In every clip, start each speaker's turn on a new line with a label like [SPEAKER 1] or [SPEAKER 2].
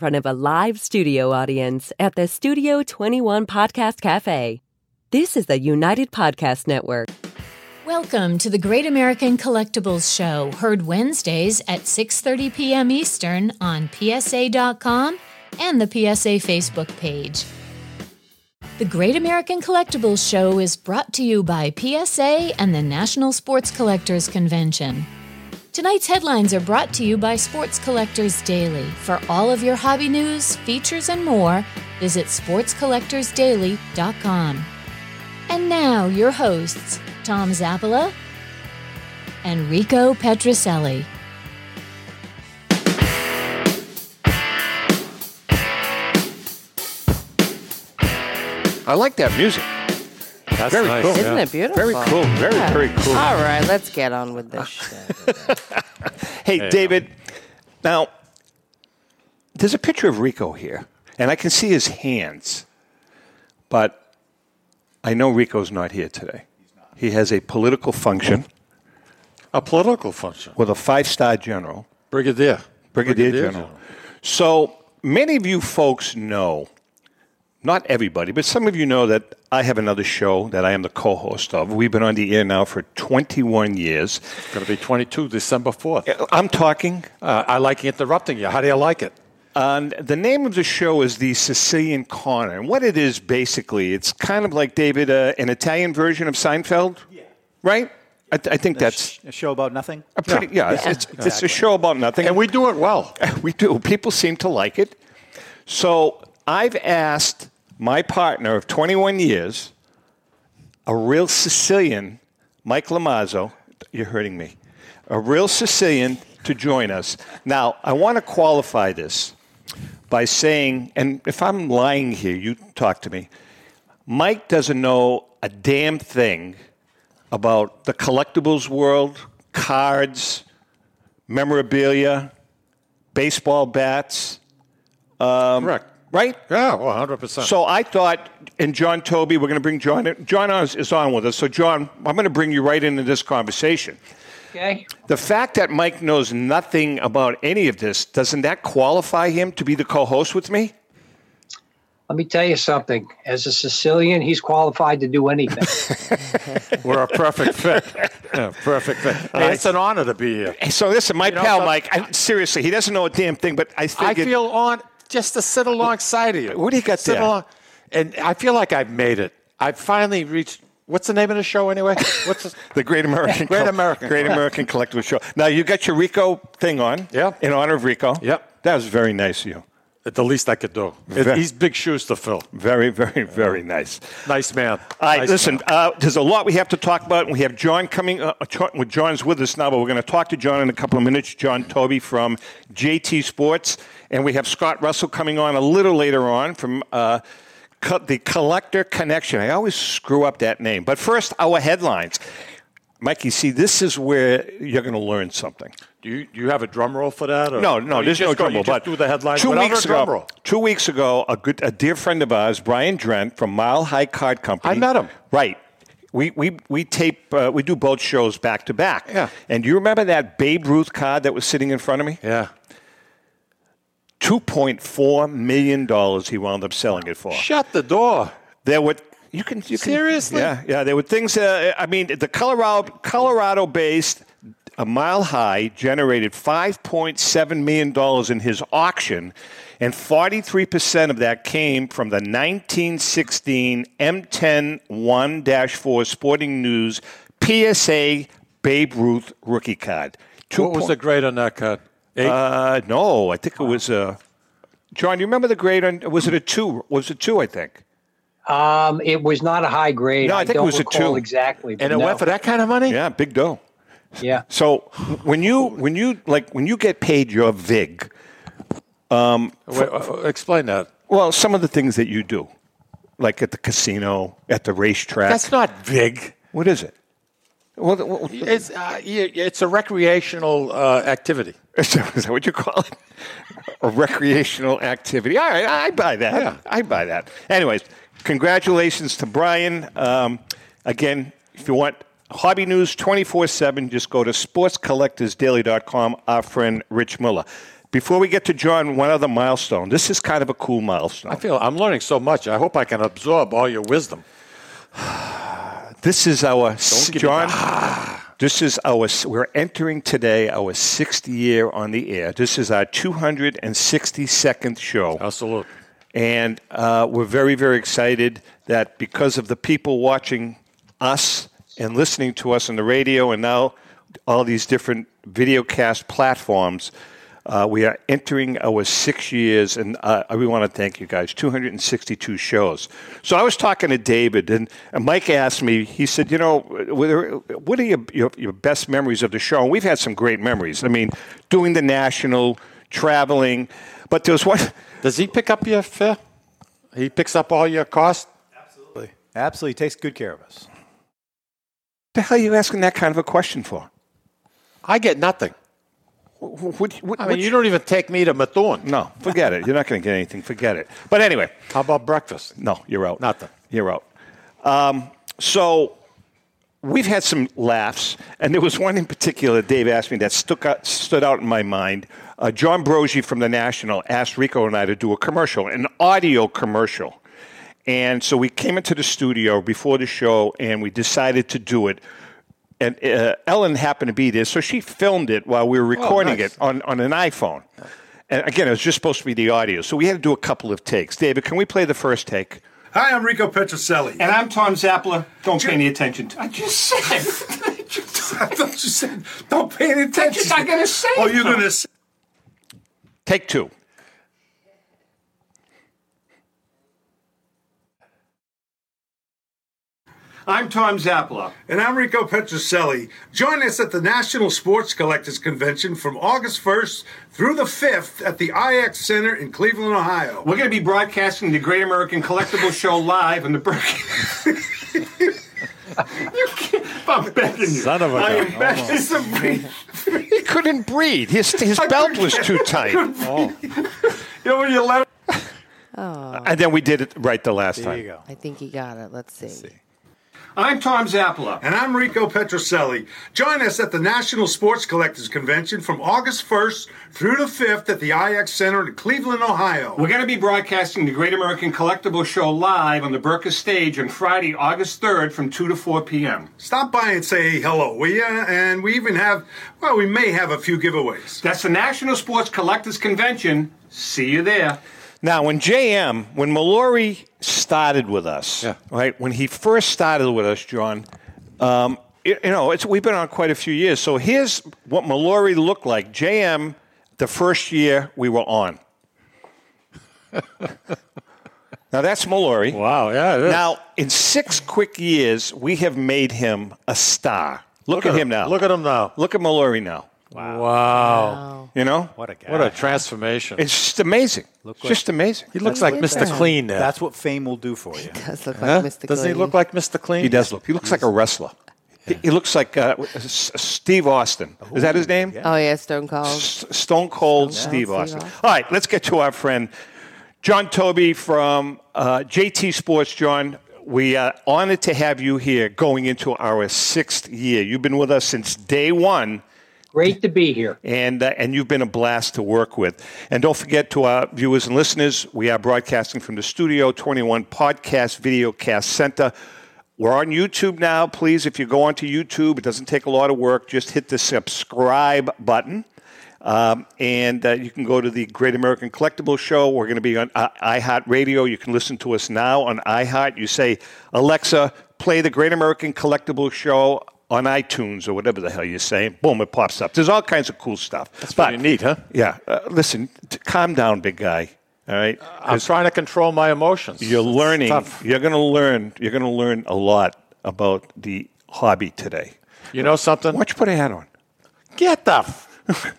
[SPEAKER 1] front of a live studio audience at the Studio 21 Podcast Cafe. This is the United Podcast Network.
[SPEAKER 2] Welcome to the Great American Collectibles Show, heard Wednesdays at 6:30 p.m. Eastern on psa.com and the PSA Facebook page. The Great American Collectibles Show is brought to you by PSA and the National Sports Collectors Convention. Tonight's headlines are brought to you by Sports Collectors Daily. For all of your hobby news, features, and more, visit sportscollectorsdaily.com. And now, your hosts, Tom Zappala and Rico Petroselli.
[SPEAKER 3] I like that music.
[SPEAKER 4] That's
[SPEAKER 3] Very
[SPEAKER 4] nice.
[SPEAKER 3] cool.
[SPEAKER 4] yeah.
[SPEAKER 5] Isn't it beautiful?
[SPEAKER 3] Very cool. Very, very cool.
[SPEAKER 5] All right, let's get on with this shit.
[SPEAKER 3] Hey, David. Now, there's a picture of Rico here, and I can see his hands, but I know Rico's not here today. He has a political function
[SPEAKER 4] A political function.
[SPEAKER 3] with a five star general,
[SPEAKER 4] Brigadier.
[SPEAKER 3] brigadier, general. So many of you folks know, not everybody, but some of you know that I have another show that I am the co host of. We've been on the air now for 21 years.
[SPEAKER 4] It's going to be 22 December 4th.
[SPEAKER 3] I'm talking,
[SPEAKER 4] Uh, I like interrupting you. How do you like it?
[SPEAKER 3] And the name of the show is the Sicilian Corner. And what it is basically, it's kind of like David, uh, an Italian version of Seinfeld, yeah. right? I, th- I think that's
[SPEAKER 6] a show about nothing.
[SPEAKER 3] a pretty. Yeah, it's, it's, it's a show about nothing,
[SPEAKER 4] And we do it well.
[SPEAKER 3] we do. People seem to like it. So I've asked my partner of 21 years, a real Sicilian, Mike Lamazzo, you're hurting me, a real Sicilian to join us. Now, I want to qualify this by saying, and if I'm lying here, you talk to me. Mike doesn't know a damn thing about the collectibles world, cards, memorabilia, baseball bats,
[SPEAKER 4] Correct.
[SPEAKER 3] right? Oh,
[SPEAKER 4] Yeah, well, 100%.
[SPEAKER 3] So I thought, and John Toby, we're going to bring John. in- John is, is on with us. So John, I'm going to bring you right into this conversation.
[SPEAKER 5] Okay.
[SPEAKER 3] The fact that Mike knows nothing about any of this doesn't that qualify him to be the co-host with me?
[SPEAKER 7] Let me tell you something. As a Sicilian, he's qualified to do anything.
[SPEAKER 4] we're a perfect fit. Yeah, perfect fit. Hey, it's an honor to be here.
[SPEAKER 3] So listen, my
[SPEAKER 4] know,
[SPEAKER 3] pal
[SPEAKER 4] some-
[SPEAKER 3] Mike. I, seriously, he doesn't know a damn thing. But I think
[SPEAKER 4] I
[SPEAKER 3] it-
[SPEAKER 4] feel on just to sit alongside of you.
[SPEAKER 3] What do you got
[SPEAKER 4] sit
[SPEAKER 3] there?
[SPEAKER 4] Along, and I feel like I've made it. I've finally reached. What's the name of the show anyway? What's the,
[SPEAKER 3] the Great American
[SPEAKER 4] Great
[SPEAKER 3] Col-
[SPEAKER 4] American.
[SPEAKER 3] Great American Collectible Show. Now you got your Rico thing on.
[SPEAKER 4] Yeah.
[SPEAKER 3] In honor of Rico.
[SPEAKER 4] Yep.
[SPEAKER 3] That was very nice of you.
[SPEAKER 4] the least I could do.
[SPEAKER 3] Ve-
[SPEAKER 4] He's big shoes to fill.
[SPEAKER 3] Very, very, very nice.
[SPEAKER 4] Nice man.
[SPEAKER 3] All right,
[SPEAKER 4] Nice
[SPEAKER 3] listen.
[SPEAKER 4] man.
[SPEAKER 3] Uh, there's a lot we have to talk about. We have John coming. Uh, John- well, John's with us now, but we're going to talk to John in a couple of minutes. John Toby from JT Sports, and we have Scott Russell coming on a little later on from uh, co- the Collector Connection. I always screw up that name, but first our headlines. Mikey, see, this is where you're going to learn something.
[SPEAKER 4] Do you, do you have a drum roll for that? or-
[SPEAKER 3] No,
[SPEAKER 4] or
[SPEAKER 3] no,
[SPEAKER 4] you
[SPEAKER 3] there's no
[SPEAKER 4] just go-
[SPEAKER 3] drum
[SPEAKER 4] you
[SPEAKER 3] roll.
[SPEAKER 4] just
[SPEAKER 3] But
[SPEAKER 4] do the headline.
[SPEAKER 3] Two
[SPEAKER 4] without
[SPEAKER 3] weeks
[SPEAKER 4] a drum
[SPEAKER 3] ago,
[SPEAKER 4] roll.
[SPEAKER 3] two weeks ago, a good, a dear friend of ours, Brian Drent from Mile High Card Company.
[SPEAKER 4] I met him.
[SPEAKER 3] Right. We we we tape. Uh, we do both shows back to back.
[SPEAKER 4] Yeah.
[SPEAKER 3] And you remember that Babe Ruth card that was sitting in front of me?
[SPEAKER 4] Yeah.
[SPEAKER 3] Two point four million dollars. He wound up selling it for.
[SPEAKER 4] Shut the door.
[SPEAKER 3] There were you can you can-
[SPEAKER 4] Seriously?
[SPEAKER 3] yeah yeah there were things. Uh, I mean, the Colorado Colorado based. A mile high generated $5.7 million in his auction, and 43% of that came from the 1916 M10 1 4 Sporting News PSA Babe Ruth rookie card. Two
[SPEAKER 4] What was the grade on that cut? Eight.
[SPEAKER 3] uh, no, I think it was. Uh, John, you remember the grade on. Was it a two? Was it two, I think?
[SPEAKER 7] um, it was not a high grade.
[SPEAKER 3] No, I think it
[SPEAKER 7] don't
[SPEAKER 3] was a
[SPEAKER 7] recall
[SPEAKER 3] two.
[SPEAKER 7] exactly. but
[SPEAKER 4] and it
[SPEAKER 7] no.
[SPEAKER 4] went for that kind of money?
[SPEAKER 3] Yeah, big dough.
[SPEAKER 7] Yeah.
[SPEAKER 3] So when you when you like when you get paid your vig, um,
[SPEAKER 4] Wait, uh, explain that.
[SPEAKER 3] well, some of the things that you do, like at the casino, at the racetrack.
[SPEAKER 4] That's not big.
[SPEAKER 3] what is it? Well, th- well,
[SPEAKER 4] It's, uh, y- it's a recreational uh, activity.
[SPEAKER 3] is that what you call it? A recreational activity. All right, I buy that.
[SPEAKER 4] Yeah.
[SPEAKER 3] I buy that. Anyways, congratulations to Brian. Um, again, if you want hobby news 24 7, just go to sportscollectorsdaily.com. Our friend Rich Muller. Before we get to John, one other milestone. This is kind of a cool milestone.
[SPEAKER 4] I feel I'm learning so much. I hope I can absorb all your wisdom.
[SPEAKER 3] This is our
[SPEAKER 4] give me ah.
[SPEAKER 3] John. This is our. We're entering today our sixth year on the air. This is our 262nd show.
[SPEAKER 4] Absolute.
[SPEAKER 3] And uh, we're very, very excited that because of the people watching us and listening to us on the radio and now all these different videocast platforms, uh, we are entering our six years. And uh, we want to thank you guys 262 shows. So I was talking to David, and, and Mike asked me, he said, You know, were there- what are your, your, your best memories of the show? And we've had some great memories. I mean, doing the national, traveling, but there was one.
[SPEAKER 4] Does he pick up your fare? He picks up all your cost.
[SPEAKER 6] Absolutely. Absolutely takes good care of us.
[SPEAKER 3] the hell are you asking that kind of a question for?
[SPEAKER 4] I get nothing.
[SPEAKER 3] Wh- wh- What, what,
[SPEAKER 4] I
[SPEAKER 3] what
[SPEAKER 4] mean, you don't even take me to Methuen.
[SPEAKER 3] No, forget it. You're not going to get anything. Forget it. But anyway,
[SPEAKER 4] How about breakfast?
[SPEAKER 3] no, you're out.
[SPEAKER 4] Nothing.
[SPEAKER 3] You're out. Um, so we've had some laughs, and there was one in particular Dave asked me that stuck out, stood out in my mind. Uh, John Brogy from The National asked Rico and I to do a commercial, an audio commercial. And so we came into the studio before the show, and we decided to do it. And uh, Ellen happened to be there, so she filmed it while we were recording
[SPEAKER 4] nice.
[SPEAKER 3] it on, on an iPhone. And again, it was just supposed to be the audio, so we had to do a couple of takes. David, can we play the first take?
[SPEAKER 8] Hi, I'm Rico Petroselli.
[SPEAKER 3] And I'm Tom Zappler. Don't pay any attention. To, I just said.
[SPEAKER 8] I thought you said, don't pay any attention.
[SPEAKER 3] just not gonna say
[SPEAKER 8] Oh, you're going to say.
[SPEAKER 3] Take two. I'm Tom Zappler.
[SPEAKER 8] And I'm Rico Petroselli. Join us at the National Sports Collectors Convention from August 1st through the 5th at the IX Center in Cleveland, Ohio.
[SPEAKER 3] We're going to be broadcasting the Great American Collectible Show live on the break. you can't. I'm begging you.
[SPEAKER 4] Son of a
[SPEAKER 3] I am
[SPEAKER 4] gun.
[SPEAKER 3] begging- It's a breath- He couldn't breathe. His, his belt was too tight.
[SPEAKER 8] You know when you let
[SPEAKER 3] And then we did it right the last
[SPEAKER 6] There
[SPEAKER 3] time.
[SPEAKER 6] you go.
[SPEAKER 5] I think he got it. Let's see.
[SPEAKER 3] I'm Tom Zappler.
[SPEAKER 8] And I'm Rico Petroselli. Join us at the National Sports Collectors Convention from August 1st through the 5th at the IX Center in Cleveland, Ohio.
[SPEAKER 3] We're going to be broadcasting the Great American Collectible Show live on the Burka stage on Friday, August 3rd from 2 to 4 p.m.
[SPEAKER 8] Stop by and say hello, will ya? And we even have, well, we may have a few giveaways.
[SPEAKER 3] That's the National Sports Collectors Convention. See you there. Now, when JM, when Mallory started with us,
[SPEAKER 4] Yeah.
[SPEAKER 3] right, when he first started with us, John, um, you- you know, it's, we've been on quite a few years. So here's what Mallory looked like. JM, the first year we were on. now, that's Mallory.
[SPEAKER 4] Wow. Yeah. it is.
[SPEAKER 3] Now, in six quick years, we have made him a star. Look, at, him now.
[SPEAKER 4] Look at him now.
[SPEAKER 3] Look at Mallory now.
[SPEAKER 4] Wow.
[SPEAKER 3] You know,
[SPEAKER 6] What a guy.
[SPEAKER 4] What a transformation.
[SPEAKER 3] it's just amazing. It's just amazing.
[SPEAKER 4] he looks like Mr. Clean now.
[SPEAKER 6] That's what fame will do for you.
[SPEAKER 5] Does look
[SPEAKER 4] Huh?
[SPEAKER 5] like Mr.
[SPEAKER 4] Doesn't he
[SPEAKER 5] Clean.
[SPEAKER 4] look like Mr. Clean?
[SPEAKER 3] He does look. He looks like a wrestler. He, he looks like uh, S- S- Steve Austin. Is that his name?
[SPEAKER 5] Oh yeah, Stone Cold.
[SPEAKER 3] S- Stone Cold Steve
[SPEAKER 5] Steve
[SPEAKER 3] Austin.
[SPEAKER 5] Austin.
[SPEAKER 3] All right, let's get to our friend John Toby from uh, JT Sports. John, we are honored to have you here going into our sixth year. You've been with us since day one.
[SPEAKER 7] Great to be here.
[SPEAKER 3] and uh, and you've been a blast to work with. And don't forget to our viewers and listeners, we are broadcasting from the Studio 21 Podcast Videocast Center. We're on YouTube now. Please, if you go onto YouTube, it doesn't take a lot of work. Just hit the subscribe button. Um, and uh, you can go to the Great American Collectible Show. We're going to be on uh, iHeartRadio. You can listen to us now on iHeart. You say, Alexa, play the Great American Collectible Show on iTunes or whatever the hell you say. Boom, it pops up. There's all kinds of cool stuff. That's
[SPEAKER 4] pretty neat, huh?
[SPEAKER 3] Yeah. Uh, listen, t- calm down, big guy. All right.
[SPEAKER 4] I'm trying to control my emotions.
[SPEAKER 3] You're
[SPEAKER 4] It's
[SPEAKER 3] learning.
[SPEAKER 4] tough.
[SPEAKER 3] You're going to learn. You're going to learn a lot about the hobby today.
[SPEAKER 4] You know something?
[SPEAKER 3] Why don't you put a hat on?
[SPEAKER 4] Get the. F-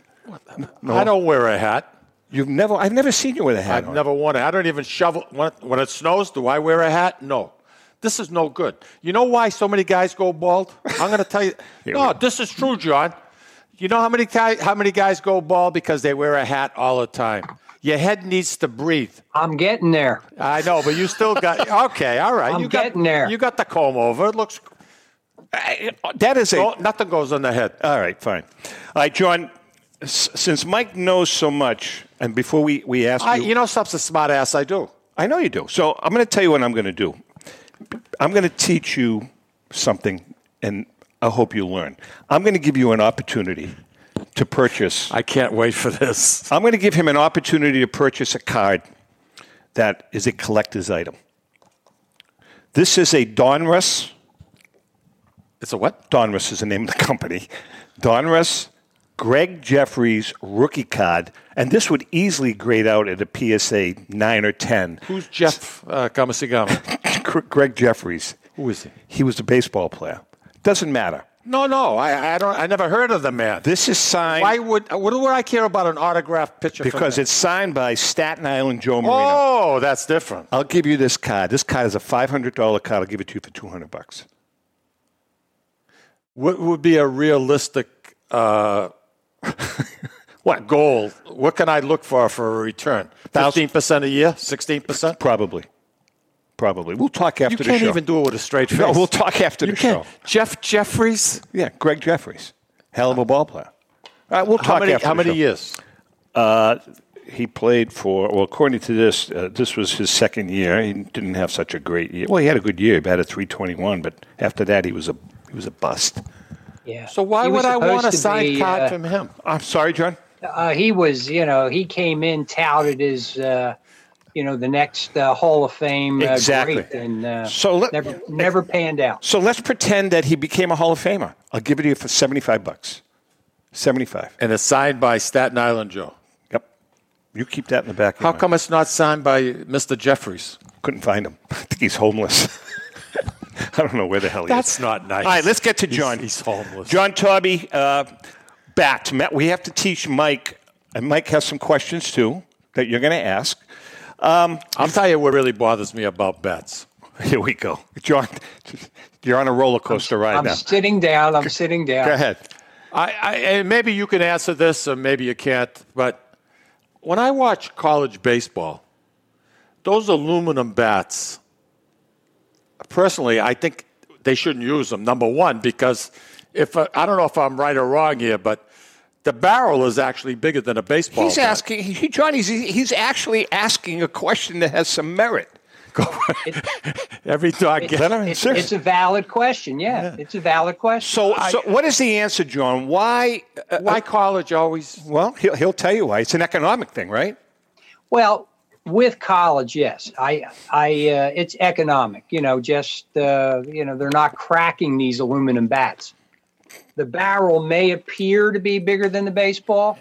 [SPEAKER 4] I don't wear a hat.
[SPEAKER 3] You've never. I've never seen you with a hat
[SPEAKER 4] I've
[SPEAKER 3] on.
[SPEAKER 4] never worn it. I don't even shovel. When, when it snows, do I wear a hat? No. This is no good. You know why so many guys go bald? I'm going to tell you. no, this is true, John. You know how many guys, how many guys go bald because they wear a hat all the time? Your head needs to breathe.
[SPEAKER 7] I'm getting there.
[SPEAKER 4] I know, but you still got okay. All right,
[SPEAKER 7] I'm
[SPEAKER 4] you got,
[SPEAKER 7] getting there.
[SPEAKER 4] You got the comb over. It looks
[SPEAKER 3] That is a.
[SPEAKER 4] no, nothing goes on the head.
[SPEAKER 3] All right, fine. All right, John, s- since Mike knows so much, and before we, we ask
[SPEAKER 4] I,
[SPEAKER 3] you,
[SPEAKER 4] you know, stuff's a smart ass. I do.
[SPEAKER 3] I know you do. So I'm going to tell you what I'm going to do. I'm going to teach you something, and I hope you learn. I'm going to give you an opportunity to purchase.
[SPEAKER 4] I can't wait for this.
[SPEAKER 3] I'm going to give him an opportunity to purchase a card that is a collector's item. This is a Donruss.
[SPEAKER 4] It's a what?
[SPEAKER 3] Donruss is the name of the company. Donruss Greg Jeffries rookie card, and this would easily grade out at a PSA nine or ten.
[SPEAKER 4] Who's Jeff uh, Gamasigama?
[SPEAKER 3] Greg Jeffries.
[SPEAKER 4] Who is he?
[SPEAKER 3] He was a baseball player. Doesn't matter.
[SPEAKER 4] No, no, I, I don't. I never heard of the man.
[SPEAKER 3] This is signed
[SPEAKER 4] Why would? uh, What would I care about an autographed picture? from
[SPEAKER 3] because
[SPEAKER 4] him?
[SPEAKER 3] it's signed by Staten Island Joe Marino.
[SPEAKER 4] Oh, that's different.
[SPEAKER 3] I'll give you this card. This card is a five hundred dollar card. I'll give it to you for two hundred bucks.
[SPEAKER 4] What would be a realistic uh, what goal? What can I look for for a return?
[SPEAKER 3] Thousand-
[SPEAKER 4] Fifteen percent a year, sixteen percent.
[SPEAKER 3] Probably, probably. We'll talk after
[SPEAKER 4] You
[SPEAKER 3] the
[SPEAKER 4] can't
[SPEAKER 3] show.
[SPEAKER 4] even do it with a straight face.
[SPEAKER 3] no, we'll talk after
[SPEAKER 4] You
[SPEAKER 3] the
[SPEAKER 4] can't.
[SPEAKER 3] show.
[SPEAKER 4] Jeff Jeffries.
[SPEAKER 3] Yeah, Greg Jeffries, hell of a ball player. All right, we'll
[SPEAKER 4] How
[SPEAKER 3] talk
[SPEAKER 4] many?
[SPEAKER 3] after
[SPEAKER 4] How
[SPEAKER 3] the
[SPEAKER 4] many
[SPEAKER 3] show.
[SPEAKER 4] years?
[SPEAKER 3] Uh, he played for, well, according to this, uh, this was his second year. He didn't have such a great year. Well, he had a good year. He had a 321, but after that, he was a he was a bust.
[SPEAKER 7] Yeah.
[SPEAKER 4] So why
[SPEAKER 7] He was
[SPEAKER 4] would I
[SPEAKER 7] supposed
[SPEAKER 4] want a
[SPEAKER 7] to
[SPEAKER 4] signed
[SPEAKER 7] be,
[SPEAKER 4] card
[SPEAKER 7] uh,
[SPEAKER 4] from him?
[SPEAKER 3] I'm sorry, John.
[SPEAKER 7] uh, he was, you know, he came in touted as, uh, you know, the next uh, Hall of Fame uh,
[SPEAKER 3] Exactly.
[SPEAKER 7] great, and uh,
[SPEAKER 3] So let-
[SPEAKER 7] never never panned out.
[SPEAKER 3] So let's pretend that he became a Hall of Famer. I'll give it to you for 75 bucks. 75.
[SPEAKER 4] And it's signed by Staten Island Joe.
[SPEAKER 3] Yep. You keep that in the back. Of
[SPEAKER 4] How
[SPEAKER 3] your
[SPEAKER 4] come it's not signed by Mr. Jeffries?
[SPEAKER 3] mind. Couldn't find him. I think he's homeless. I don't know where the hell he is.
[SPEAKER 4] That's not nice.
[SPEAKER 3] All right, let's get to
[SPEAKER 4] He's-
[SPEAKER 3] John.
[SPEAKER 4] he's homeless.
[SPEAKER 3] John Tauby, uh, bat. Matt, we have to teach Mike, and Mike has some questions too that you're going to ask. Um,
[SPEAKER 4] I'll tell you what really bothers me about bets.
[SPEAKER 3] Here we go, John. You're on a roller coaster right
[SPEAKER 7] I'm
[SPEAKER 3] now.
[SPEAKER 7] sitting down. I'm sitting down.
[SPEAKER 3] Go ahead.
[SPEAKER 4] I, I and maybe you can answer this, or maybe you can't. But when I watch college baseball, those aluminum bats. Personally, I think they shouldn't use them. Number one, because if uh, I don't know if I'm right or wrong here, but the barrel is actually bigger than a baseball.
[SPEAKER 3] He's
[SPEAKER 4] bat.
[SPEAKER 3] asking, he, John. He's he's actually asking a question that has some merit.
[SPEAKER 4] every dog.
[SPEAKER 7] It's,
[SPEAKER 4] gets-
[SPEAKER 7] it's, it's a valid question. Yeah, it's a valid question.
[SPEAKER 3] So, so what is the answer, John? Why? Uh,
[SPEAKER 4] why college always?
[SPEAKER 3] well, he'll, he'll tell you why. It's an economic thing, right?
[SPEAKER 7] Well, with college, yes, I, I, uh, it's economic. You know, just uh, you know, they're not cracking these aluminum bats. The barrel may appear to be bigger than the baseball,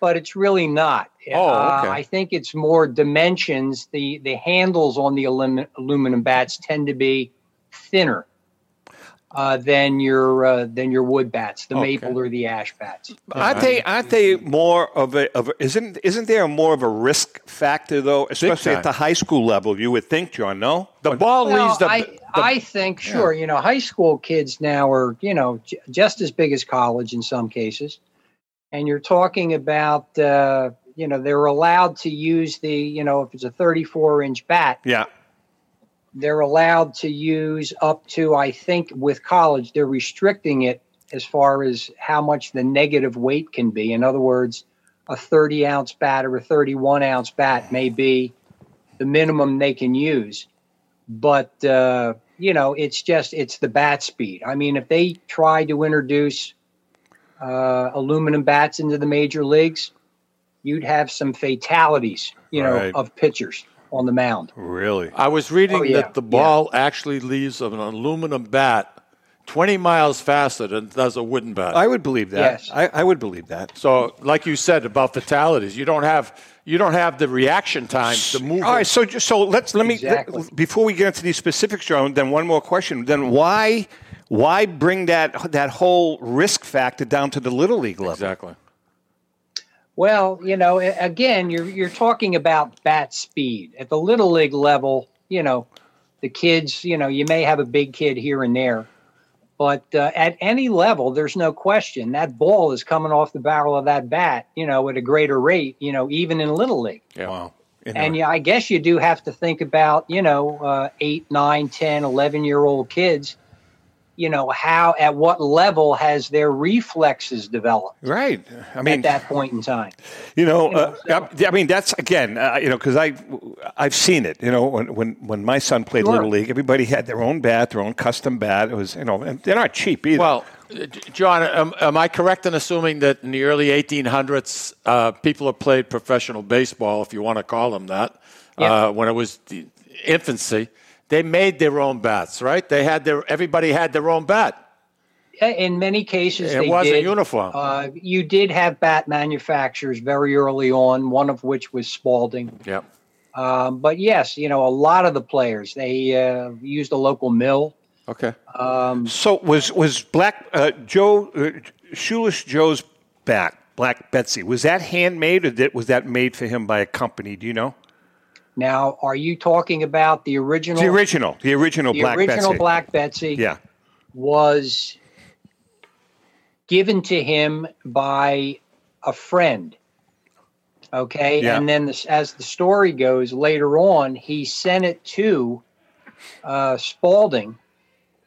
[SPEAKER 7] but it's really not.
[SPEAKER 4] Oh, okay.
[SPEAKER 7] uh, I think it's more dimensions. The the handles on the alum, aluminum bats tend to be thinner. Uh, than your uh, than your wood bats, the maple or the ash bats.
[SPEAKER 4] Uh-huh.
[SPEAKER 3] Aren't they? Aren't they more of a? Of a isn't isn't there more of a risk factor though, especially
[SPEAKER 4] time.
[SPEAKER 3] at the high school level? You would think, John. No,
[SPEAKER 4] The ball
[SPEAKER 7] Well,
[SPEAKER 4] leaves the.
[SPEAKER 7] I,
[SPEAKER 4] the-
[SPEAKER 7] I think sure you know high school kids now are you know j- just as big as college in some cases and you're talking about uh, you know they're allowed to use the you know if it's a 34 inch bat
[SPEAKER 3] yeah,
[SPEAKER 7] they're allowed to use up to i think with college they're restricting it as far as how much the negative weight can be in other words a 30 ounce bat or a 31 ounce bat may be the minimum they can use but uh, you know it's just it's the bat speed i mean if they try to introduce uh, aluminum bats into the major leagues you'd have some fatalities you know
[SPEAKER 3] Right.
[SPEAKER 7] of pitchers on the mound
[SPEAKER 3] really.
[SPEAKER 4] I was reading
[SPEAKER 7] Oh, yeah,
[SPEAKER 4] that the
[SPEAKER 7] yeah.
[SPEAKER 4] ball actually leaves an aluminum bat 20 miles faster than it does a wooden bat.
[SPEAKER 3] I would believe that.
[SPEAKER 7] Yes.
[SPEAKER 3] I, I would believe that.
[SPEAKER 4] so, like you said about fatalities, you don't have you don't have the reaction time to move.
[SPEAKER 3] All right, so ju- so let's let me
[SPEAKER 7] Exactly.
[SPEAKER 3] let- before we get into these specifics, John. Then one more question. Then why why bring that that whole risk factor down to the little league level?
[SPEAKER 4] Exactly.
[SPEAKER 7] Well, you know, a- again, you're you're talking about bat speed at the little league level. You know, the kids. You know, you may have a big kid here and there, but uh, at any level, there's no question that ball is coming off the barrel of that bat. You know, at a greater rate. You know, even in little league.
[SPEAKER 4] Yeah.
[SPEAKER 3] Wow.
[SPEAKER 7] And yeah, I guess you do have to think about, you know, uh, eight, nine, 10, 11 year old kids you know, how at what level has their reflexes developed
[SPEAKER 3] Right. I mean,
[SPEAKER 7] at that point in time?
[SPEAKER 3] You know, uh, I- I mean that's again, uh, you know, because I I've seen it. You know, when when, when my son played
[SPEAKER 7] Sure.
[SPEAKER 3] little league, everybody had their own bat, their own custom bat. It was you know, and they're not cheap either.
[SPEAKER 4] Well, uh, J- John, am, am I correct in assuming that in the early 1800s, uh, people who played professional baseball, if you want to call them that, uh, when it was the infancy, they made their own bats, right? They had their everybody had their own bat.
[SPEAKER 7] In many cases,
[SPEAKER 4] It
[SPEAKER 7] they
[SPEAKER 4] wasn't
[SPEAKER 7] did.
[SPEAKER 4] uniform.
[SPEAKER 7] Uh, you did have bat manufacturers very early on, one of which was Spalding.
[SPEAKER 4] Yep.
[SPEAKER 7] Um, but yes, you know, a lot of the players they uh, used a local mill. Um,
[SPEAKER 4] Okay.
[SPEAKER 3] so was was Black uh, Joe uh, Shoeless Joe's bat, Black Betsy, was that handmade or did, was that made for him by a company? Do you know?
[SPEAKER 7] Now, are you talking about the original?
[SPEAKER 3] The original, the original
[SPEAKER 7] the
[SPEAKER 3] Black
[SPEAKER 7] original
[SPEAKER 3] Betsy.
[SPEAKER 7] Black Betsy
[SPEAKER 3] yeah.
[SPEAKER 7] was given to him by a friend. Okay,
[SPEAKER 3] Yeah.
[SPEAKER 7] and then this, as the story goes, later on, he sent it to uh, Spalding,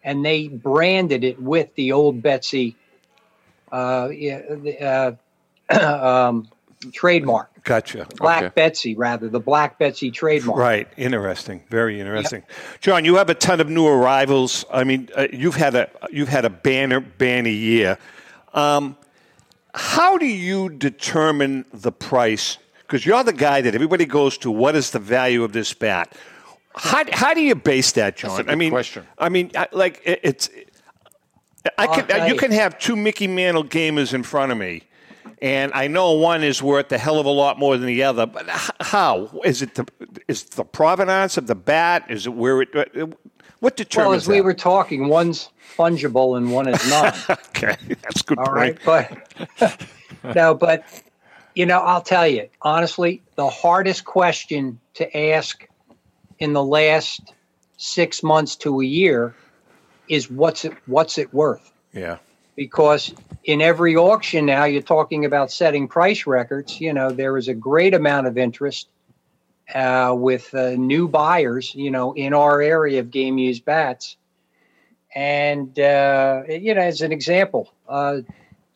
[SPEAKER 7] and they branded it with the old Betsy uh, yeah, the, uh, um, trademark,
[SPEAKER 3] Gotcha.
[SPEAKER 7] Black
[SPEAKER 4] Okay.
[SPEAKER 7] Betsy, rather the Black Betsy trademark.
[SPEAKER 3] Right. Interesting. Very interesting. John, you have a ton of new arrivals. I mean, uh, you've had a you've had a banner banner year. Um, how do you determine the price? Because you're the guy that everybody goes to. What is the value of this bat? How, how do you base that, John?
[SPEAKER 4] good
[SPEAKER 3] I mean,
[SPEAKER 4] question.
[SPEAKER 3] I mean, I, like it, it's. I
[SPEAKER 7] I'll
[SPEAKER 3] can, uh,
[SPEAKER 7] tell
[SPEAKER 3] you
[SPEAKER 7] you.
[SPEAKER 3] can have two Mickey Mantle gamers in front of me, and I know one is worth a hell of a lot more than the other. But h- how is it? The is the provenance of the bat? Is it where it? What determines
[SPEAKER 7] Well, as we
[SPEAKER 3] that?
[SPEAKER 7] were talking, one's fungible and one is not.
[SPEAKER 3] okay, that's a good
[SPEAKER 7] All
[SPEAKER 3] point.
[SPEAKER 7] right, but no, but you know, I'll tell you honestly, the hardest question to ask in the last six months to a year is what's it what's it worth?
[SPEAKER 3] Yeah,
[SPEAKER 7] Because in every auction now, you're talking about setting price records. You know, there is a great amount of interest uh, with uh, new buyers. You know, in our area of game used bats, and uh, you know, as an example, uh,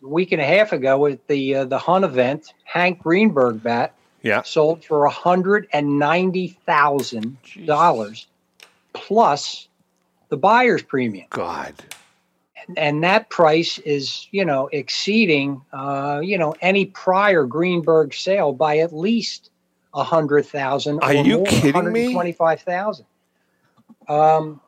[SPEAKER 7] a week and a half ago at the uh, the Hunt event, Hank Greenberg bat
[SPEAKER 3] yeah.
[SPEAKER 7] sold for hundred and ninety thousand dollars plus the buyer's premium,
[SPEAKER 3] God,
[SPEAKER 7] and that price is you know exceeding uh, you know any prior Greenberg sale by at least a hundred thousand.
[SPEAKER 3] Are you kidding me?
[SPEAKER 7] Twenty-five thousand. Um,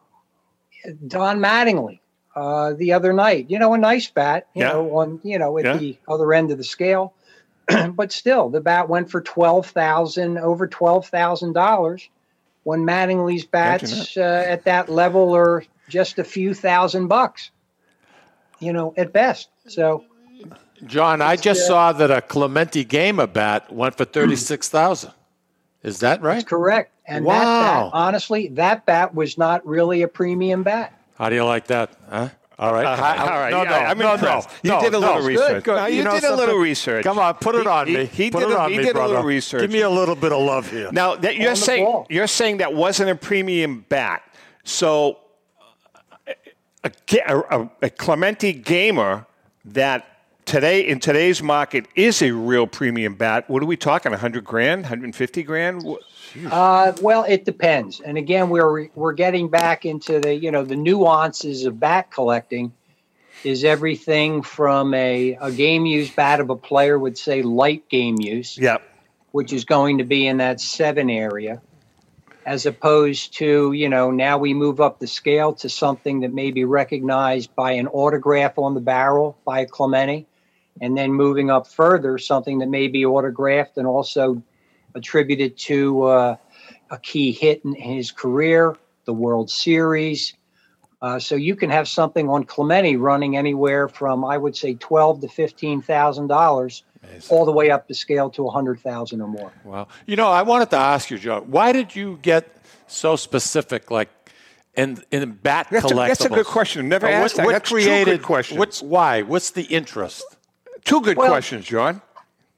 [SPEAKER 7] Don Mattingly. Uh, the other night, you know, a nice bat, you
[SPEAKER 3] Yeah.
[SPEAKER 7] know, on you know at
[SPEAKER 3] Yeah.
[SPEAKER 7] the other end of the scale, but still, the bat went for twelve thousand, over twelve thousand dollars. When Mattingly's bats uh, at that level are just a few thousand bucks, you know, at best. So
[SPEAKER 4] John, I just saw that a Clementi Gamer bat went for 36000 Is that right?
[SPEAKER 7] correct. And that
[SPEAKER 4] Wow.
[SPEAKER 7] bat, honestly, that bat was not really a premium bat.
[SPEAKER 4] How do you like that? Huh? All right.
[SPEAKER 3] right, all right.
[SPEAKER 4] No,
[SPEAKER 3] Yeah,
[SPEAKER 4] no,
[SPEAKER 3] I'm
[SPEAKER 4] no,
[SPEAKER 3] impressed.
[SPEAKER 4] no,
[SPEAKER 3] You did a
[SPEAKER 4] no,
[SPEAKER 3] little
[SPEAKER 4] no. Good,
[SPEAKER 3] research.
[SPEAKER 4] good.
[SPEAKER 3] No, you did a little
[SPEAKER 4] something?
[SPEAKER 3] research.
[SPEAKER 4] Come on, put it
[SPEAKER 3] He-
[SPEAKER 4] on
[SPEAKER 3] he-
[SPEAKER 4] me.
[SPEAKER 3] he
[SPEAKER 4] put
[SPEAKER 3] did
[SPEAKER 4] it
[SPEAKER 3] a-
[SPEAKER 4] on
[SPEAKER 3] he
[SPEAKER 4] me,
[SPEAKER 3] did a
[SPEAKER 4] brother.
[SPEAKER 3] little research.
[SPEAKER 4] Give me a little bit of love here.
[SPEAKER 3] Now that you're
[SPEAKER 7] On the
[SPEAKER 3] saying
[SPEAKER 7] ball.
[SPEAKER 3] you're saying that wasn't a premium bat, so a, a, a- a Clementi gamer that today in today's market is a real premium bat. What are we talking? 100 grand, 150 grand? Wh-
[SPEAKER 7] Uh, well, it depends. And again, we're we're getting back into the you know the nuances of bat collecting. Is everything from a, a game use bat of a player would say light game use,
[SPEAKER 3] Yeah,
[SPEAKER 7] which is going to be in that seven area, as opposed to you know now we move up the scale to something that may be recognized by an autograph on the barrel by Clementi, and then moving up further something that may be autographed and also attributed to uh, a key hit in his career, the World Series. Uh, so you can have something on Clementi running anywhere from I would say twelve to fifteen thousand dollars, all the way up the scale to a hundred thousand or more.
[SPEAKER 4] Wow. You know, I wanted to ask you, John, why did you get so specific, like in in bat
[SPEAKER 3] That's a-
[SPEAKER 4] collectibles?
[SPEAKER 3] that's a good question. Never
[SPEAKER 4] Uh,
[SPEAKER 3] asked that.
[SPEAKER 4] What, what
[SPEAKER 3] That's two good
[SPEAKER 4] created
[SPEAKER 3] questions.
[SPEAKER 4] What's why? What's the interest?
[SPEAKER 3] two good
[SPEAKER 7] Well-
[SPEAKER 3] questions, John.